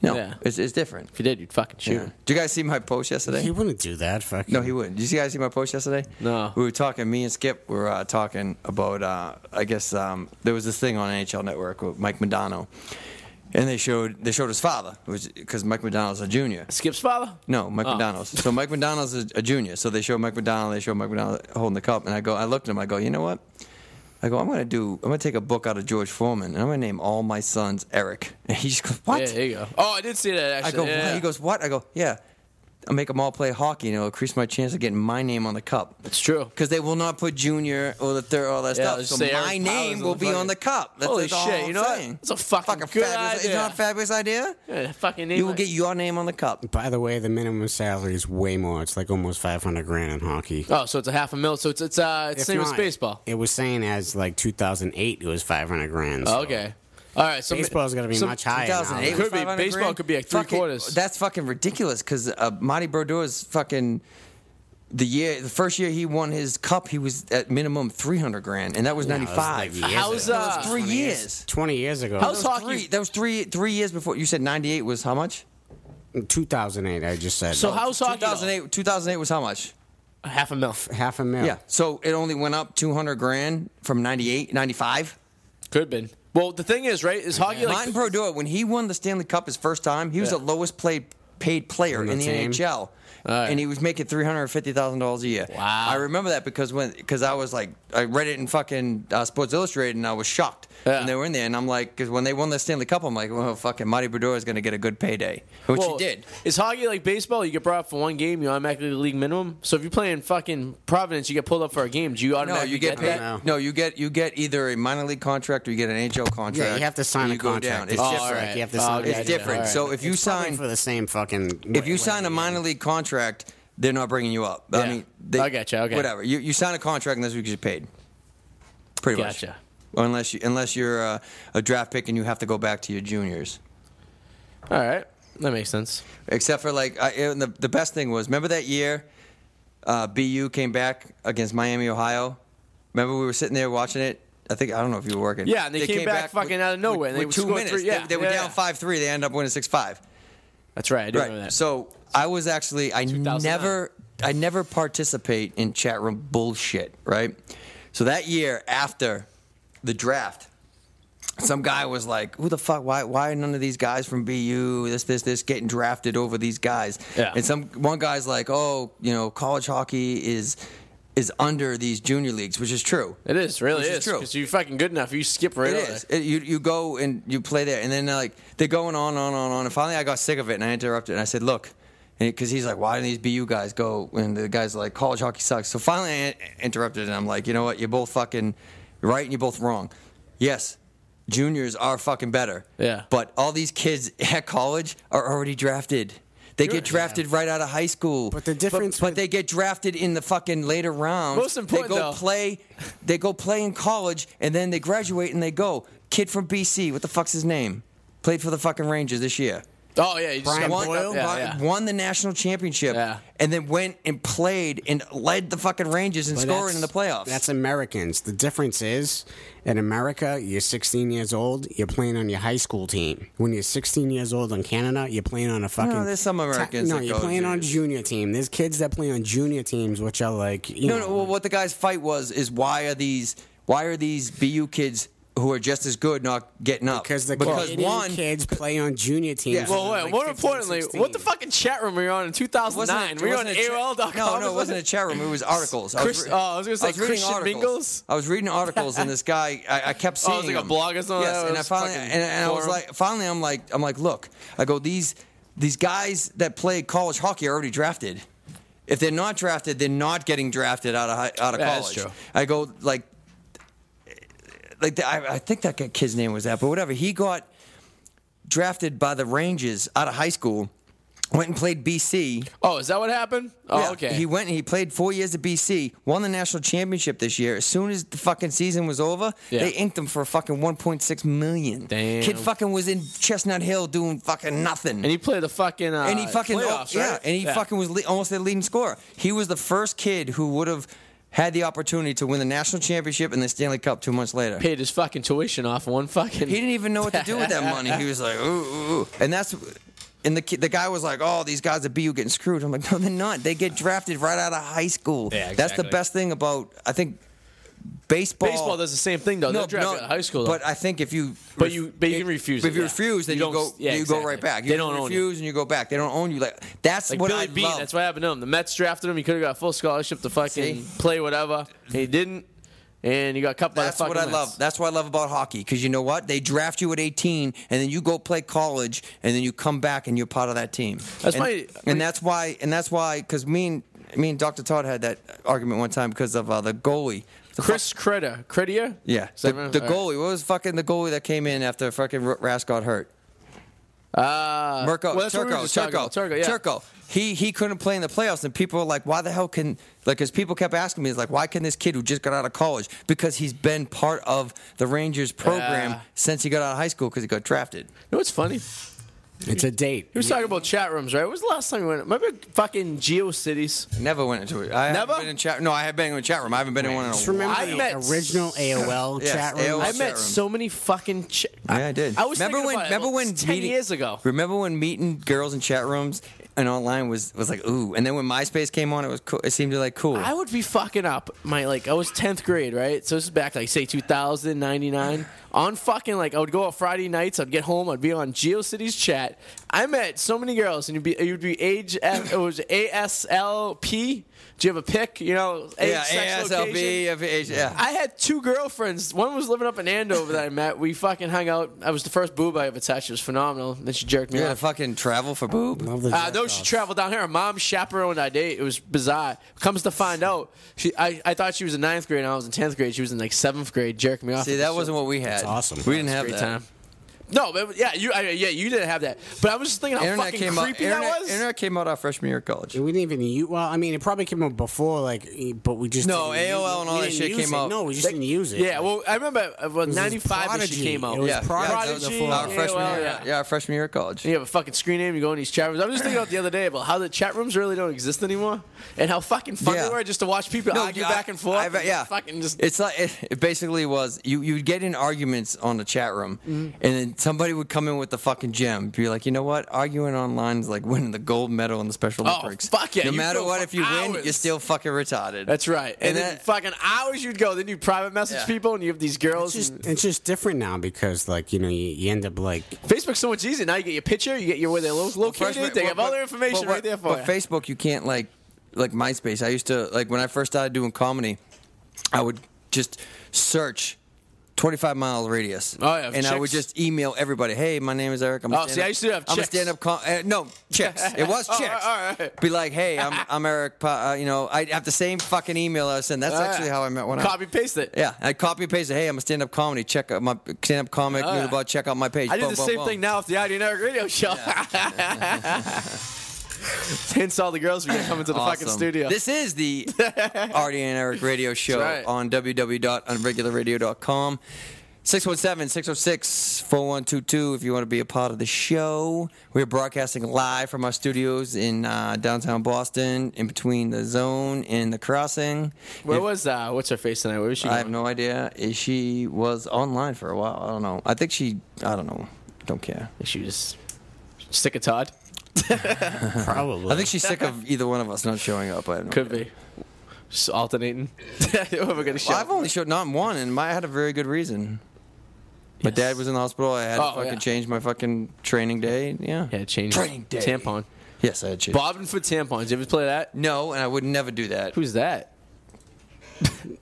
C: No,
B: Yeah.
C: it's, it's different.
B: if you did, you'd fucking shoot.
C: Yeah.
B: him.
C: Did you guys see my post yesterday?
D: he wouldn't do that. Fucking
C: No, he wouldn't. Did you guys see my post yesterday?
B: No.
C: We were talking. Me and Skip were uh, talking about. Uh, I guess um, there was this thing on NHL Network with Mike Madonna, and they showed they showed his father, which because Mike Madonna's a junior.
B: Skip's father?
C: No, Mike
B: Oh.
C: McDonald's. So Mike McDonald's is a junior. So they show Mike McDonald. They show Mike McDonald holding the cup, and I go. I looked at him. I go. You know what? I go. I'm gonna do. I'm gonna take a book out of George Foreman, and I'm gonna name all my sons Eric. [laughs] And he just goes, "What?"
B: Yeah, there you go. Oh, I did see that.
C: I
B: Actually,
C: go,
B: yeah.
C: what? He goes, what? I go, yeah. I'll make them all play hockey, and it'll increase my chance of getting my name on the cup.
B: It's true.
C: Because they will not put junior or the third, all that
B: Yeah,
C: stuff.
B: just
C: So
B: say Aaron
C: my
B: Powers
C: name
B: on
C: will
B: the
C: be
B: fucking-
C: on the cup. That's,
B: Holy
C: that's all
B: shit,
C: I'm
B: you know what?
C: saying.
B: It's a fucking good
C: fabulous. It's
B: idea.
C: not a fabulous idea.
B: Yeah, fucking
C: You will get your name on the cup.
D: By the way, the minimum salary is way more. It's like almost five hundred grand in hockey.
B: Oh, so it's a half a mil. So it's it's uh it's
D: If
B: same as
D: not,
B: baseball.
D: It was saying as like 2008, it was 500 grand. so
B: Oh, okay. All right. So
D: Baseball's going to be
B: so
D: much higher. now.
C: 2008
B: Could be.
C: 500
B: Baseball
C: grand?
B: could be like three
C: Fucking-
B: quarters.
C: That's fucking ridiculous because uh, Marty Brodeur is fucking. The year, the first year he won his cup, he was at minimum three hundred grand, and that was
D: Yeah, it
C: ninety
D: was
C: five.
D: like years
B: How's, ago. uh,
C: that was three
D: 20
C: years?
D: 20 years ago.
B: How's
C: That was
B: hockey-
C: Three, that was three three years before. You said ninety eight was how much?
D: 2008, I just said.
B: So how's hockey?
C: Two thousand eight. Two thousand eight was how much?
B: though? Half a mil.
D: Half a mil.
C: Yeah. So it only went up two hundred grand from 98, 95.
B: Could have been. Well, the thing is, right? Is hockey like
C: Martin Brodeur, when he won the Stanley Cup his first time, he was
B: Yeah.
C: the lowest played paid player
D: On the
C: in the
D: team?
C: NHL.
B: right.
C: And he was making three hundred fifty thousand dollars a year.
B: Wow.
C: I remember that because when because I was like I read it in fucking uh, Sports Illustrated and I was shocked
B: Yeah.
C: when they were in there and I'm like because when they won the Stanley Cup I'm like well fucking Marty Brodeur is going to get a good payday which
B: well,
C: he did.
B: Is hockey like baseball? You get brought up for one game, you automatically league minimum. So if you're playing fucking Providence, you get pulled up for a game. Do you
C: No,
B: automatically
C: you get,
B: that?
C: paid.
D: that?
C: No, you get you get either a minor league contract or you get an NHL contract.
D: Yeah, you have to sign
C: and
D: a
C: you go
D: contract.
C: down. It's
B: Oh,
C: different.
B: all
D: like
B: right.
D: you have to
B: Oh,
D: sign
B: okay,
C: It's different.
B: all right.
C: So if you
D: It's probably
C: sign
D: for the same fucking.
C: if you sign a minor league contract, they're not bringing you up. I
B: Yeah.
C: mean, they,
B: I gotcha, okay.
C: Whatever. You, you sign a contract and this week you're paid. Pretty
B: Gotcha.
C: much. Or unless you unless you're a, a draft pick and you have to go back to your juniors.
B: All right, that makes sense.
C: Except for like I, and the the best thing was remember that year, uh, BU came back against Miami, Ohio. Remember we were sitting there watching it. I think I don't know if you were working.
B: Yeah, and they came back fucking out of nowhere,
C: With,
B: and they
C: with two
B: scored
C: minutes,
B: three-
C: They-
B: yeah,
C: they, were
B: yeah, yeah.
C: down five three. They end up winning six five.
B: That's right. I do remember that.
C: So I was actually I
B: 2009.
C: never I never participate in chat room bullshit, right? So that year after the draft, some guy was like, "Who the fuck? Why? Why are none of these guys from BU this this this getting drafted over these guys?"
B: Yeah.
C: And some one guy's like, "Oh, you know, college hockey is is under these junior leagues, which is true.
B: it is really
C: Which is
B: is
C: true.
B: because you're fucking good enough. You skip right
C: It
B: over.
C: is. It- you you go and you play there, and then like they're going on on on on, and finally I got sick of it, and I interrupted, and I said, "Look," because he's like, "Why do these BU guys go?" And the guys like, "College hockey sucks." So finally I in- interrupted, and I'm like, "You know what? You're both fucking right, and you're both wrong. Yes." Juniors are fucking better.
B: Yeah.
C: But all these kids [laughs] at college are already drafted. They get drafted right out of high school.
D: But the difference
C: But,
D: with-
C: they get drafted in the fucking later rounds.
B: Most important,
C: they go
B: though-
C: play they go play in college and then they graduate and they go kid from bc what the fuck's his name played for the fucking rangers this year
B: Oh yeah, you just
D: Brian
B: got-
C: won,
D: Boyle?
B: Yeah,
C: won-
B: yeah.
C: won the national championship
B: Yeah.
C: and then went and played and led the fucking rangers in
D: But
C: scoring in the
D: that's-
C: playoffs
D: That's Americans. The difference is in America, you're 16 years old, you're playing on your high school team. When you're 16 years old in Canada, you're playing on a fucking.
C: there's some
D: ta-
C: Americans
D: no,
C: that
D: you're
C: go
D: playing on
C: juniors.
D: junior team. There's kids that play on junior teams, which are like you
C: no
D: know.
C: no well, what the guy's fight was is why are these why are these bu kids who are just as good not getting up
D: because the
C: because
D: Canadian
C: one
D: kids play on junior teams.
C: Yeah.
D: and
B: Well,
D: they're
B: wait,
D: like
B: more
D: 15,
B: importantly,
D: 16.
B: what the fucking chat room were you on in 2009?
C: it-
B: Were you on
C: wasn't a cha-
B: AOL.com?
C: No, no, it wasn't a chat room. It was articles. I
B: Chris- oh, I was gonna say
C: reading
B: Christian
C: articles.
B: Mingles?
C: I was reading articles, and this guy, I, I kept
B: Oh, it
C: seeing.
B: was like a
C: him.
B: blog or something?
C: Yes,
B: That
C: and I
B: was
C: finally,
B: fucking
C: and, and I was
B: forum.
C: like, finally, I'm like, I'm like, look, I go these these guys that play college hockey are already drafted. If they're not drafted, they're not getting drafted out of high, out of
B: Yeah, that's
C: college.
B: true.
C: I go like, like the, I, I think that kid's name was that, but whatever. He got drafted by the Rangers out of high school, went and played BC.
B: Oh, is that what happened? Oh,
C: Yeah.
B: okay.
C: He went and he played four years at BC, won the national championship this year. As soon as the fucking season was over,
B: Yeah.
C: they inked him for fucking 1.6 million.
B: Damn.
C: Kid fucking was in Chestnut Hill doing fucking nothing.
B: and he played the fucking. Uh,
C: And he fucking
B: playoffs,
C: yeah,
B: right?
C: and he fucking was le- almost their leading scorer. He was the first kid who would have had the opportunity to win the national championship and the Stanley Cup two months later.
B: paid his fucking tuition off one fucking.
C: He didn't even know what to do with that money. He was like, ooh, ooh, ooh. and that's. And the ki- the guy was like, "Oh, these guys at BU getting screwed." I'm like, "No, they're not. They get drafted right out of high school.
B: Yeah,
C: That's the
B: exactly.
C: best thing about I think baseball.
B: Baseball does the same thing though. They're drafted out of high school. Though.
C: But I think if you
B: But you- but you can refuse
C: If
B: it,
C: you
B: yeah.
C: refuse, then
B: You
C: you,
B: don't-
C: go
B: yeah,
C: you
B: exactly.
C: go right back. You
B: They
C: can
B: don't own you.
C: refuse and you go back. They don't own you. Like that's
B: like
C: what
B: Billy
C: I
B: Bean,
C: love.
B: that's what happened to him. The Mets drafted him. He could have got full scholarship to fucking
C: See?
B: play whatever. He didn't. and you got cut by
C: That's
B: the
C: what
B: fucking Mets.
C: I love. That's what I love about hockey. Because you know what? They draft you at 18, and then you go play college, and then you come back, and you're part of that team.
B: That's
C: and,
B: my-
C: and that's why. And that's why. Because me and me and Dr. Todd had that argument one time because of uh, the goalie. The fuck-
B: Chris Credier. Credier?
C: yeah.
B: Is
C: The,
B: that right?
C: the
B: All right.
C: goalie. What was fucking the goalie that came in after fucking R- Rask got hurt?
B: Uh,
C: Mirko,
B: well, that's what we
C: Turco,
B: were just talking
C: Turco,
B: about. Turco, yeah.
C: Turco. He he couldn't play in the playoffs, and people were like, "Why the hell can?" Like, because people kept asking me, "Is like, why can this kid who just got out of college? Because he's been part of the Rangers program
B: Yeah.
C: since he got out of high school because he got drafted."
B: You know what's funny?
D: It's a date.
B: He was talking about chat rooms, right? When was the last time you went? Remember fucking GeoCities?
C: Never went into it. I haven't
B: Never?
C: been in chat. No, I have been in a chat room. I haven't been in one in a
D: Just remember
B: I
D: the
B: met-
D: original AOL
C: Yes,
D: chat
C: AOL
D: room.
B: I
C: chat
B: met
C: room.
B: so many fucking. Ch-
C: Yeah, I did.
B: I was
C: remember
B: thinking
C: when
B: about it
C: remember
B: about
C: when
B: 10
C: meeting-
B: years ago.
C: Remember when meeting girls in chat rooms and online was was like ooh, and then when MySpace came on, it was cool. It seemed like cool.
B: I would be fucking up. My like I was tenth grade, right? So this is back like say two thousand ninety nine. On fucking like I would go out Friday nights. I'd get home. I'd be on GeoCities chat. I met so many girls, and you'd be you'd be age. F, it was ASLP. Do you have a pick? You know, age,
C: yeah,
B: sex,
C: ASLB,
B: location.
C: yeah.
B: I had two girlfriends. One was living up in Andover that I met. We fucking hung out. I was the first boob I ever touched. It was phenomenal. Then she jerked me
C: You gotta
B: off.
C: fucking travel for boob.
D: Love the
B: Uh,
D: jack
B: no, she
D: off.
B: traveled down here. Her mom chaperoned our date. It was bizarre. Comes to find out, she I, I thought she was in ninth grade and I was in tenth grade. She was in like seventh grade, jerking me off.
C: See,
B: with
C: that
B: this shit.
C: wasn't what we had.
D: awesome.
C: We didn't have
B: great
C: that.
B: time. No, but yeah, you I, yeah you didn't have that. But I was just thinking how
C: Internet
B: fucking
C: came out.
B: creepy
C: Internet,
B: that was.
C: internet came out our freshman year of college.
D: We didn't even use. Well, I mean, it probably came out before, like, e- but we just
C: No,
D: didn't use
C: AOL
D: it.
C: and all that
D: We didn't
C: shit
D: use
C: came
D: it.
C: out.
D: No, we just didn't use it.
B: yeah, well, I remember uh, well,
D: was
B: ninety five when she
D: Prodigy.
B: came out.
D: It was
B: yeah,
C: Yeah, yeah, that was
B: Prodigy,
C: before- our freshman
B: AOL,
C: year.
B: yeah.
C: our freshman year of college.
B: you have a fucking screen name. You go in these chat rooms. I was just thinking about the other day about how the chat rooms really don't exist anymore, and how fucking fun
C: Yeah.
B: they were just to watch people argue
C: I-
B: back and forth.
C: I've-
B: and
C: yeah,
B: fucking just
C: It's like it, it basically was you. You'd get in arguments on the chat room, and
B: Mm-hmm.
C: then somebody would come in with the fucking gem. Be like, you know what? Arguing online is like winning the gold medal in the Special
B: Oh,
C: Olympics.
B: fuck yeah,
C: No
B: you
C: matter
B: go
C: what,
B: for
C: if you win, you're
B: hours.
C: still fucking retarded.
B: That's right. And,
C: And
B: then
C: that-
B: fucking hours you'd go. Then you private message
C: Yeah.
B: people, and you have these
D: It's
B: girls. and-
D: just, it's just different now because, like, you know, you, you end
B: [laughs]
D: up like
B: Facebook's so much easier now. You get your picture, you get your where they're lo- located.
C: Freshman-
B: they
C: well,
B: have all
C: but-
B: their information
C: but-
B: right there for
C: But
B: you.
C: Facebook, you can't like like MySpace. I used to like when I first started doing comedy, I would just search. 25 mile radius.
B: Oh, yeah,
C: And I would
B: chicks.
C: just email everybody, hey, my name is Eric. I'm a
B: Oh, see,
C: stand-up-
B: I used to have
C: I'm a
B: chicks.
C: stand up. Com- uh, no,
B: [laughs]
C: chicks. It was
B: Oh,
C: chicks.
B: all right.
C: Be like, hey, I'm, I'm Eric. Pa- uh, you know, I have the same fucking email I was sending. That's
B: All right.
C: actually how I met one.
B: Ah. Copy paste it.
C: Yeah. I copy and paste it. Hey, I'm a stand up comedy. Check out my stand up comic.
B: Oh, yeah.
C: noodle bar, Check out my page.
B: I do
C: Boom,
B: the
C: boom,
B: same
C: boom.
B: thing now with the Audio Network Radio Show. [laughs] Hence all the girls we get coming to the fucking
C: Awesome.
B: studio.
C: This
B: [laughs]
C: is the Artie and Eric radio show
B: That's right.
C: on www.unregularradio.com. 617-606-4122 if you want to be a part of the show. We're broadcasting live from our studios in uh, downtown Boston in between the zone and the crossing.
B: where
C: If-
B: was uh, what's her face tonight? Where was she?
C: I have
B: going?
C: no idea. She was online for a while. I don't know. I think she I don't know. Don't care.
B: She was sick of Todd.
D: probably.
C: I think she's sick of either one of us not showing up. I have no
B: Could
C: idea.
B: be. Just alternating. [laughs] Whoever got a show.
C: Well, I've only showed not one, and my, I had a very good reason. My dad was in the hospital. I had
B: Oh,
C: to fucking
B: yeah.
C: change my fucking training day. Yeah.
B: yeah, change
C: Training day.
B: tampon.
C: Yes, I had changed.
B: Bobbing for tampons. You ever play that?
C: No, and I would never do that.
B: Who's that?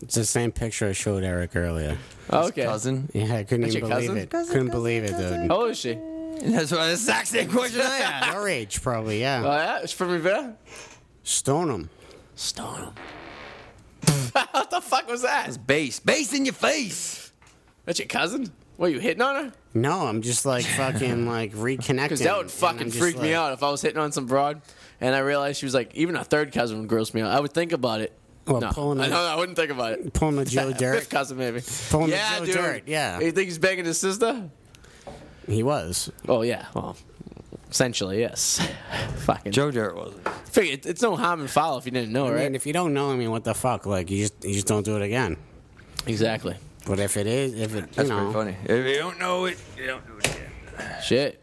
D: it's the same picture I showed Eric earlier.
B: Oh, Okay.
C: Cousin.
D: Yeah, I couldn't
B: That's
D: even
B: your
D: believe
B: cousin?
D: it. couldn't believe it, dude.
B: How old is she?
C: [laughs] That's what the exact same question I
B: [laughs]
C: had.
D: Our age, probably.
B: Oh,
D: Yeah,
B: yeah? It's from Rivera?
D: stone him.
B: Stone. [laughs] what the fuck was that?
C: Base, base in your face.
B: That's your cousin? What, you hitting on her?
D: No, I'm just
B: [laughs]
D: like fucking like reconnecting.
B: Because that would fucking freak me out if I was hitting on some broad and I realized she was like, even a third cousin would gross me out. I would think about it.
D: Well,
B: no,
D: pulling
B: I,
D: a-
B: no, I wouldn't think about it.
D: Pulling a
B: [laughs]
D: Joe
B: Fifth
D: Derek.
B: cousin, maybe.
D: Pulling a
B: yeah,
D: Joe
B: dude.
D: Dirt, yeah.
B: You think he's banging his sister?
D: He was.
B: Oh, yeah. Well, essentially, yes. [laughs] fucking.
C: Joe Jarrett wasn't.
B: Figure, it- it's no harm in foul if you didn't know,
D: I
B: right?
D: mean, if you don't know, I mean, what the fuck? Like, you just you just don't do it again.
B: exactly.
D: But if it is, if it, you
C: That's
D: know,
C: pretty funny. If you don't know it, you don't do it. Again.
B: Shit.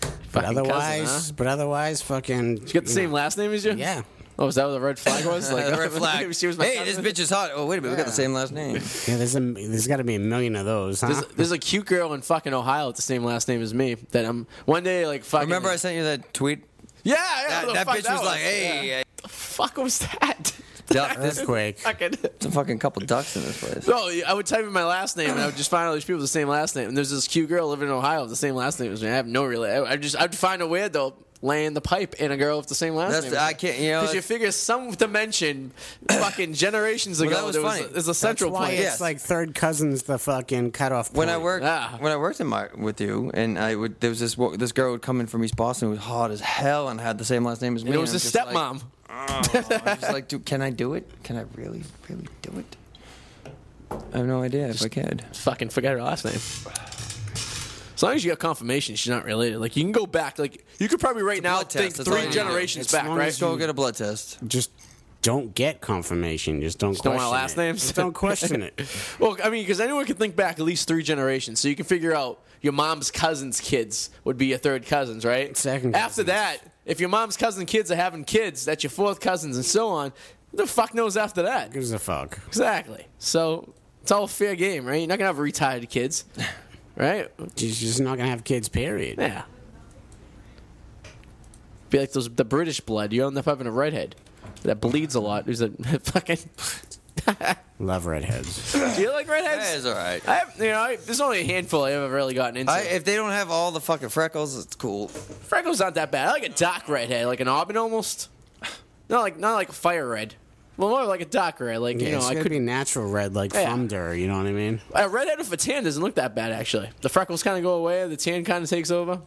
D: but
B: Fucking cousin,
D: otherwise,
B: huh?
D: but otherwise, fucking.
B: uh, You got the same last name as you?
D: Yeah.
B: Oh, is that what the red flag
C: [laughs]
B: was? Like
C: The
B: [laughs]
C: red flag.
B: maybe she was my
C: hey, this
B: cousin?
C: bitch is hot. Oh, wait a minute. We got the
D: Yeah.
C: same
B: [laughs]
C: last name.
D: Yeah, there's a, there's got to be a million of those. Huh?
B: There's, there's a cute girl in fucking Ohio with the same last name as me. That I'm one day like fucking.
C: Remember I sent you that tweet?
B: yeah, yeah. what
C: That,
B: the
C: that
B: fuck
C: bitch was like,
B: yeah.
C: hey,
B: fuck was that? [laughs]
C: duck. There's
D: Earthquake.
B: Fucking.
C: a fucking couple ducks in this place.
B: No, I would type in my last name and I would just find all these people with the same last name. And there's this cute girl living in Ohio with the same last name as me. I have no real. I I just I'd find a weirdo laying the pipe in a girl with the same last
C: That's-
B: name.
C: I can't- you know,
B: because you
C: it's-
B: figure some dimension, fucking generations ago,
C: that was
B: there was
C: funny.
B: a, there's a central
D: That's why
B: point.
D: it's
C: Yes.
D: like third cousins the fucking cutoff point.
C: When I worked,
B: Ah.
C: when I worked in my with you, and I would there was this wo- this girl would come in from East Boston who was hot as hell and had the same last name as me.
B: And it was
C: and
B: a
C: I'm just like-
B: stepmom.
C: I was like, dude, can I do it? Can I really, really do it? I have no idea if I could.
B: fucking forgot her last name. As long as you got confirmation, she's not related. Like you can go back. Like you could probably right
C: a
B: now
C: blood test,
B: think
C: that's all you
B: three
C: need.
B: generations
D: As
B: back,
D: long
B: right?
D: as
C: Go get a blood test.
D: just don't get confirmation. Just don't
B: don't
D: question
B: want last
D: it.
B: names?
D: Just don't
B: [laughs]
D: question it.
B: Well, I mean, because anyone can think back at least three generations, so you can figure out your mom's cousin's kids would be your third cousins, right?
D: Second
B: After
D: cousins.
B: that, if your mom's cousin kids are having kids, that's your fourth cousins, and so on. Who the fuck knows after that?
D: Gives a fuck.
B: Exactly. So it's all fair game, right? You're not gonna have retired kids, right?
D: She's just not gonna have kids. Period.
B: Yeah. Be like those the British blood. You end up having a redhead that bleeds a lot. Who's a [laughs] fucking?
D: Love redheads.
B: Do you like redheads?
C: That is all right.
B: I have, you know, I, there's only a handful I haven't really gotten into.
C: I, if they don't have all the fucking freckles, it's cool.
B: Freckles not that bad. I like a dark redhead, like an auburn almost. Not like not like a fire red. Well, more like a dark red. Like
D: Yeah,
B: you know,
D: it's
B: I
D: gonna
B: could
D: be natural red like
B: Yeah.
D: thunder. You know what I mean?
B: a redhead with a tan doesn't look that bad actually. The freckles kind of go away. The tan kind of takes over.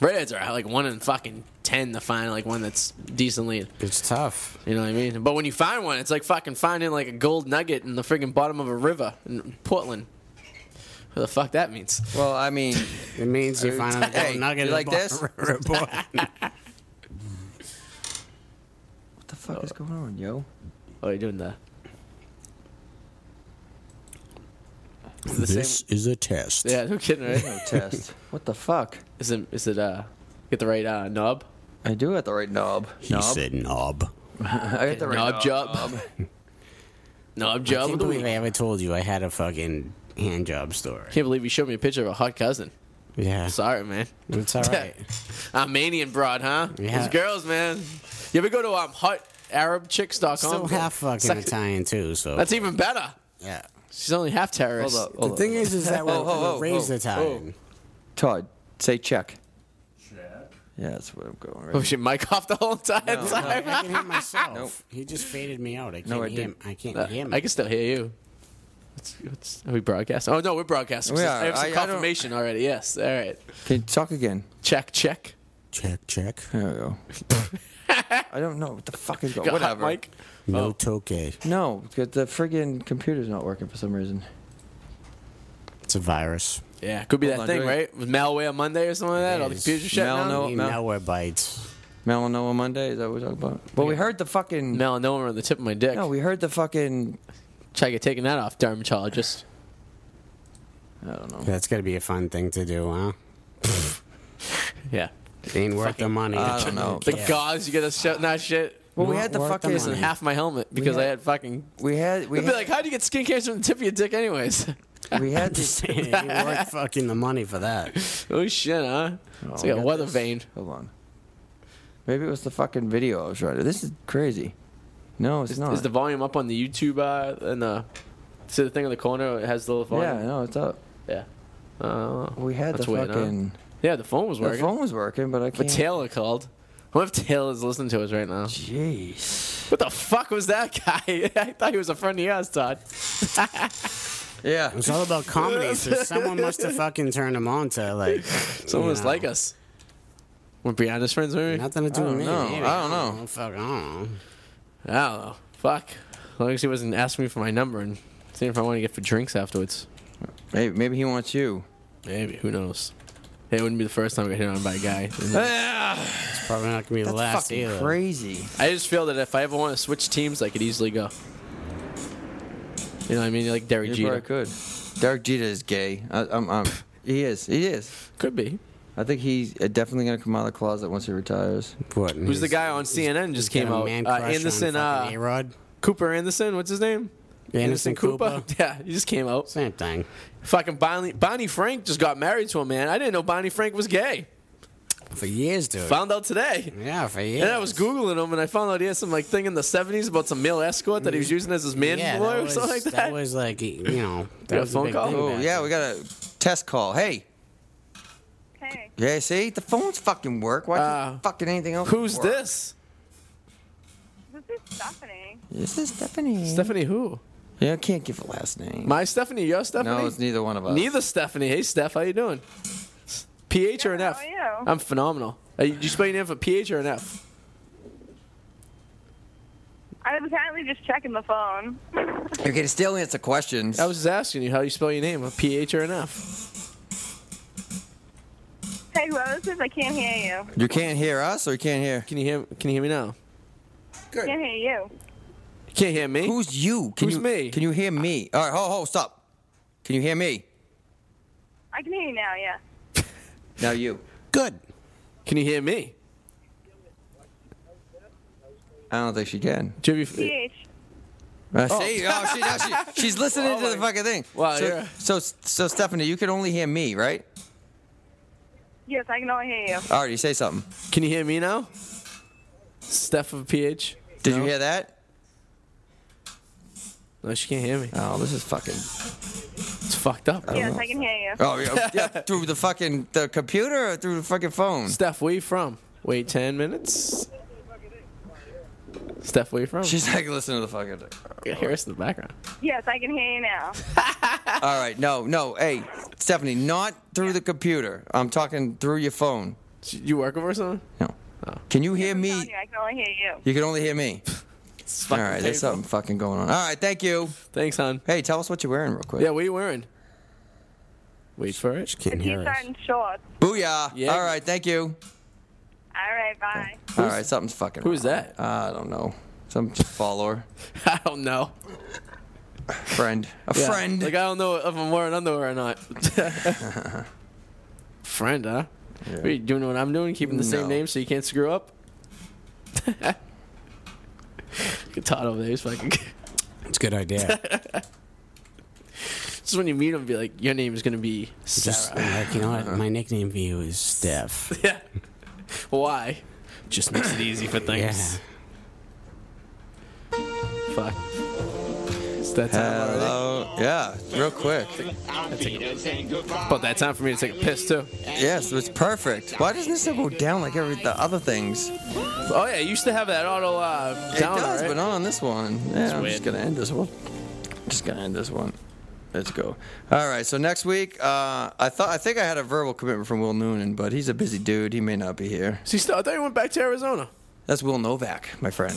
B: Redheads are like one in fucking ten to find like one that's decently.
D: It's tough.
B: You know what I mean? But when you find one, it's like fucking finding like a gold nugget in the friggin' bottom of a river in Portland. What the fuck that means?
C: Well, I [laughs] mean,
D: It means you find out
C: Hey,
D: hey, nugget
C: you
D: in
C: like
D: the
B: [laughs]
C: this?
D: bottom of a boy.
C: what the fuck is going on, yo?
B: Oh, you're doing that.
C: the same-
D: this is a test.
B: Yeah, no kidding,
C: [laughs]
B: right?
C: No test. What the fuck?
B: Is it is it uh get the right uh knob?
C: I do have the right knob.
D: He
C: knob.
D: said knob.
C: I got the right
B: knob
C: knob.
B: job. [laughs] knob
D: I
B: job.
D: can't
B: of the
D: believe
B: week.
D: I ever told you I had a fucking hand job story.
B: Can't believe you showed me a picture of a hot cousin.
D: Yeah,
B: Sorry, man.
D: it's
C: [laughs]
D: all right.
B: Armenian broad, huh?
D: Yeah.
B: These girls, man. You ever go to um hot arabchicks.com?
D: Still half fucking
B: Sex-
D: Italian too. So
B: That's even better.
D: yeah.
B: She's only half terrorist.
C: Hold up.
B: [laughs]
D: The thing is,
C: [laughs]
D: is that we're,
C: Oh, oh,
D: we're
C: oh,
D: raised
C: oh, [laughs]
D: Italian.
C: Todd, say check. Check. Yeah, that's what I'm going right.
B: Oh shit, mic off the whole time. Sorry.
D: I can hear myself.
C: Nope.
D: He just faded me out. I can't
C: No, I
D: hear.
C: didn't. Uh,
D: I can't hear.
B: I can still hear you. It's, it's, are we broadcasting? Oh no, we're broadcasting.
C: We
B: I
C: are.
B: have some
C: I- I don't-
B: confirmation already. Yes. All right.
C: Can you talk again?
B: Check. Check.
D: Check, check.
C: There we
B: [laughs]
C: go. I don't know what the fuck is going.
B: Got a
C: on.
B: hot
C: Whatever.
B: mic.
D: No toke.
C: No, because the friggin' computer's not working for some reason.
D: It's a virus.
B: Yeah, could be
C: Hold
B: that
C: on,
B: thing,
C: do it.
B: right? With malware Monday or something like that. All the
D: Yes.
B: computers shut down.
C: Malno- Oh,
D: Need
C: no.
D: malware bites.
C: Melanoma Monday, is that what we're talking about? But we heard the fucking.
B: melanoma on the tip of my dick.
C: no, we heard the fucking.
B: Try to get taken that off, dermatologist.
C: I don't know.
D: That's gonna be a fun thing to do, huh?
B: Yeah.
D: Ain't worth the money.
C: I don't know.
B: The
D: Yeah. [laughs]
B: gauze, you gotta shut that shit.
C: Well, we
D: Not
C: had the
D: worth the
C: fucking.
D: money.
B: Half my helmet because
C: had-
B: I had fucking.
C: we had. We
B: I'd be
C: had,
B: like, how'd you get skin cancer on the tip of your dick, anyways? [laughs]
C: we had this.
D: Ain't worth fucking the money for that.
B: oh shit, huh? it's
C: Oh, we
B: like a
C: got
B: weather
C: this.
B: vein.
C: Hold on. Maybe it was the fucking video I was trying to. This is crazy. No, it's not.
B: Is the volume up on the YouTube uh, and the. See the thing in the corner? It has the little
C: yeah,
B: volume.
C: no, it's up.
B: Yeah. Yeah. Uh,
C: We had
B: That's
C: the
B: weird, huh?
C: fucking.
B: yeah, the phone was
C: The
B: working.
C: phone was working, but I
B: But
C: can't.
B: Taylor called. What if Taylor's listening to us right now?
C: Jeez.
B: What the fuck was that guy? [laughs] I thought he was a friend of yours, Todd. [laughs]
C: Yeah.
D: It's all about
C: [laughs]
D: comedy. So someone must have fucking turned him on to like
B: Someone
D: you
B: was
D: know,
B: like us. We're beyond his friends, maybe?
D: [laughs] Nothing to do
C: I
D: with
C: don't
D: me.
C: know.
D: maybe.
C: I don't know.
D: Fuck, I don't know.
B: I don't know. Fuck. As long as he wasn't asking me for my number and seeing if I want to get for drinks afterwards.
C: Maybe, maybe he wants you.
B: Maybe. Who knows? It wouldn't be the first time I got hit on by a guy. [laughs]
D: It's probably not gonna be the last
C: fucking
D: either.
C: crazy.
B: I just feel that if I ever want to switch teams, I could easily go. You know what I mean? Like Derek
C: You
B: Jeter.
C: probably could. Derek Jeter is gay. I, I'm, I'm, he is. He is.
B: Could be.
C: I think he's uh, definitely going to come out of the closet once he retires.
D: What,
B: Who's the
D: he's-
B: guy on CNN just
D: he's got
B: came
D: a
B: out?
D: man
B: Uh,
D: crush on
B: Anderson.
D: fucking
B: Uh,
D: A-Rod?
B: Cooper Anderson. What's his name?
D: Anderson Cooper.
B: [laughs] Yeah, he just came out.
D: Same thing.
B: Fucking Bonnie, Bonnie Frank just got married to a man. I didn't know Bonnie Frank was gay.
D: for years, dude.
B: Found out today.
D: yeah, for years.
B: And I was googling him, and I found out he had some like thing in the '70s about some male escort that he was using as his man
D: yeah,
B: boy
D: that
B: or
D: was,
B: something like that.
D: was
B: [laughs]
D: like you know that
B: got a
D: was
B: phone
D: a big
B: call?
D: thing
C: Oh,
D: back
C: yeah,
D: then.
C: we got a test call. Hey.
A: Hey,
C: Yeah, see? The phones fucking work. Why doesn't
B: Uh,
C: fucking anything else
B: Who's
C: work?
B: this?
A: this is Stephanie.
C: This is Stephanie.
B: Stephanie who?
C: Yeah, I can't give a last name.
B: My Stephanie, your Stephanie?
C: no, it's neither one of us.
B: Neither Stephanie. Hey, Steph, how you doing? PH or an
A: Yeah,
B: F?
A: how are you?
B: I'm phenomenal. Uh, you- Did you spell your name for PH or an F?
A: I was apparently just checking the phone.
C: You can still answer questions.
B: I was just asking you how you spell your name, a PH or an F.
A: hey, whoever this is, I can't hear you.
C: you can't hear us or you can't hear.
B: Can you hear? Can you hear me now?
A: Can't hear you.
B: You can't hear me.
C: Who's you? Can
B: Who's
C: you,
B: me?
C: Can you hear me? All right, ho, ho, stop. Can you hear me?
A: I can hear you now. Yeah.
C: Now you.
D: Good.
B: Can you hear me?
C: I don't think she can.
B: Did you ever-
A: Ph.
C: Uh, See, oh, she, now
B: [laughs]
C: she, she's listening
B: Oh
C: to the fucking thing.
B: Wow,
C: so,
B: you're-
C: so, so Stephanie, you can only hear me, right?
A: Yes, I can only hear you.
C: All right, you say something.
B: Can you hear me now? Steph of PH.
C: Did
B: No?
C: you hear that?
B: No, she can't hear me.
C: Oh, this is fucking.
B: It's fucked up.
A: Yes, I can hear you.
C: Oh, yeah,
B: [laughs]
C: yeah, through the fucking the computer or through the fucking phone?
B: Steph, where you from? Wait ten minutes. Steph, where you from?
C: She's like, listen to the fucking. thing.
B: I can hear us in the background.
A: Yes, I can hear you now.
C: All right, no, no, hey, Stephanie, not through the computer. I'm talking through your phone.
B: You work over something?
C: No.
B: Oh.
C: Can you hear
A: I'm telling
C: me?
A: you, I can only hear you.
C: You can only hear me.
B: It's
C: All
B: fucking
C: right, there's
B: painful.
C: something fucking going on. All right, thank you.
B: Thanks, hon.
C: Hey, tell us what you're wearing real quick.
B: Yeah, what are you wearing? Wait for it.
D: She can't
A: The
D: hear
A: T-shirt
D: us.
A: and shorts.
C: Booyah.
B: Yeah.
C: All right, thank you.
A: All right, bye.
C: All right, something's fucking
B: Who's
C: wrong.
B: that? [laughs]
C: I don't know. Some follower,
B: I don't know.
C: friend, a
B: Yeah.
C: friend.
B: Like I don't know if I'm wearing underwear or
C: [laughs]
B: not. friend, huh? What are you doing what I'm doing? Keeping the
C: No.
B: same name so you can't screw up. [laughs] Look at Todd over there. He's fucking. [laughs]
D: It's a good idea.
B: Just when you meet him, be like, your name is gonna be
D: Just
B: Sarah.
D: like you know what, my nickname for you is Steph.
B: yeah. [laughs] Why? Just makes it easy for
D: [laughs] Yeah.
B: things. Fuck. It's that time already.
C: Hello. Yeah, real quick.
B: About that time for me to take a piss too.
C: Yes, it's perfect. Why doesn't this go down like every the other things? It
B: Oh yeah, you used to have that auto uh, downer,
C: does,
B: right?
C: but not on this one. Yeah, I'm just
B: weird.
C: gonna end this one. Just gonna end this one. Let's go. All right. So next week, uh, I thought I think I had a verbal commitment from Will Noonan, but he's a busy dude. He may not be here.
B: See, still, I thought you went back to Arizona.
C: That's Will Novak, my friend.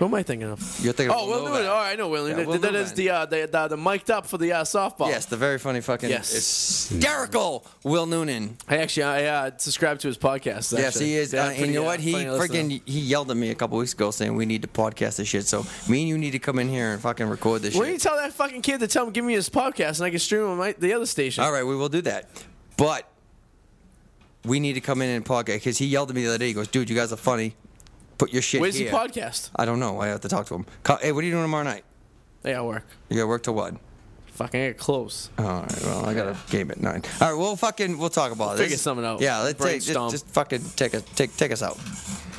B: Who am I thinking of?
C: You're thinking.
B: oh,
C: of
B: Will Newman. All right, I know Will Newman.
C: Yeah, Will
B: Did that is
C: Newman.
B: the, uh, the the the mic'd up for the uh, softball.
C: Yes, the very funny fucking
B: Yes.
C: hysterical Will Noonan.
B: I actually I uh, subscribed to his podcast. Actually.
C: Yes, he is.
B: Yeah,
C: uh, and
B: pretty,
C: you know
B: uh,
C: what? He
B: funny listener.
C: freaking he yelled at me a couple weeks ago saying we need to podcast this shit. So me and you need to come in here and fucking record this
B: When
C: shit.
B: you tell that fucking kid to tell him give me his podcast and I can stream him on my, the other station.
C: All right, we will do that. But we need to come in and podcast because he yelled at me the other day. He goes, "Dude, you guys are funny. Put your shit
B: Where's
C: here."
B: the podcast?
C: I don't know. I have to talk to him. Co- Hey, what are you doing tomorrow night?
B: They got work.
C: You got to work till what?
B: Fucking I get close.
C: All right. Well, I got a game at nine. All right. We'll fucking we'll talk about it.
B: figure
C: This-
B: something out.
C: Yeah. Let's take,
B: Brainstorm.
C: just, just fucking take us take take us out.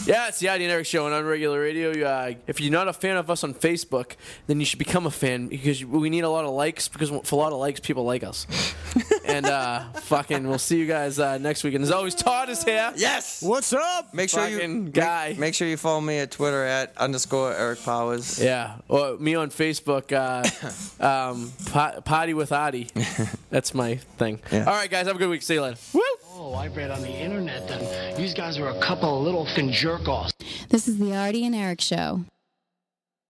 B: Yeah, it's the Idea and Eric Show on Unregular Radio. You, Uh, if you're not a fan of us on Facebook, then you should become a fan because we need a lot of likes. Because for a lot of likes, people like us.
C: [laughs]
B: and uh, fucking, we'll see you guys uh, next week. And as always, Todd is here.
C: Yes.
D: What's up?
C: Make sure you
B: Fucking
C: make-
B: guy.
C: Make, sure you follow me at Twitter at underscore Eric Powers.
B: Yeah, or me on Facebook,
C: [coughs]
B: uh, um, po- Potty with Adi.
C: [laughs]
B: That's my thing.
C: Yeah.
B: All right, guys, have a good week. See you later. Woo!
F: Oh, I read on the internet that these guys are a couple of little fin jerk offs.
G: This is the Artie and Eric Show.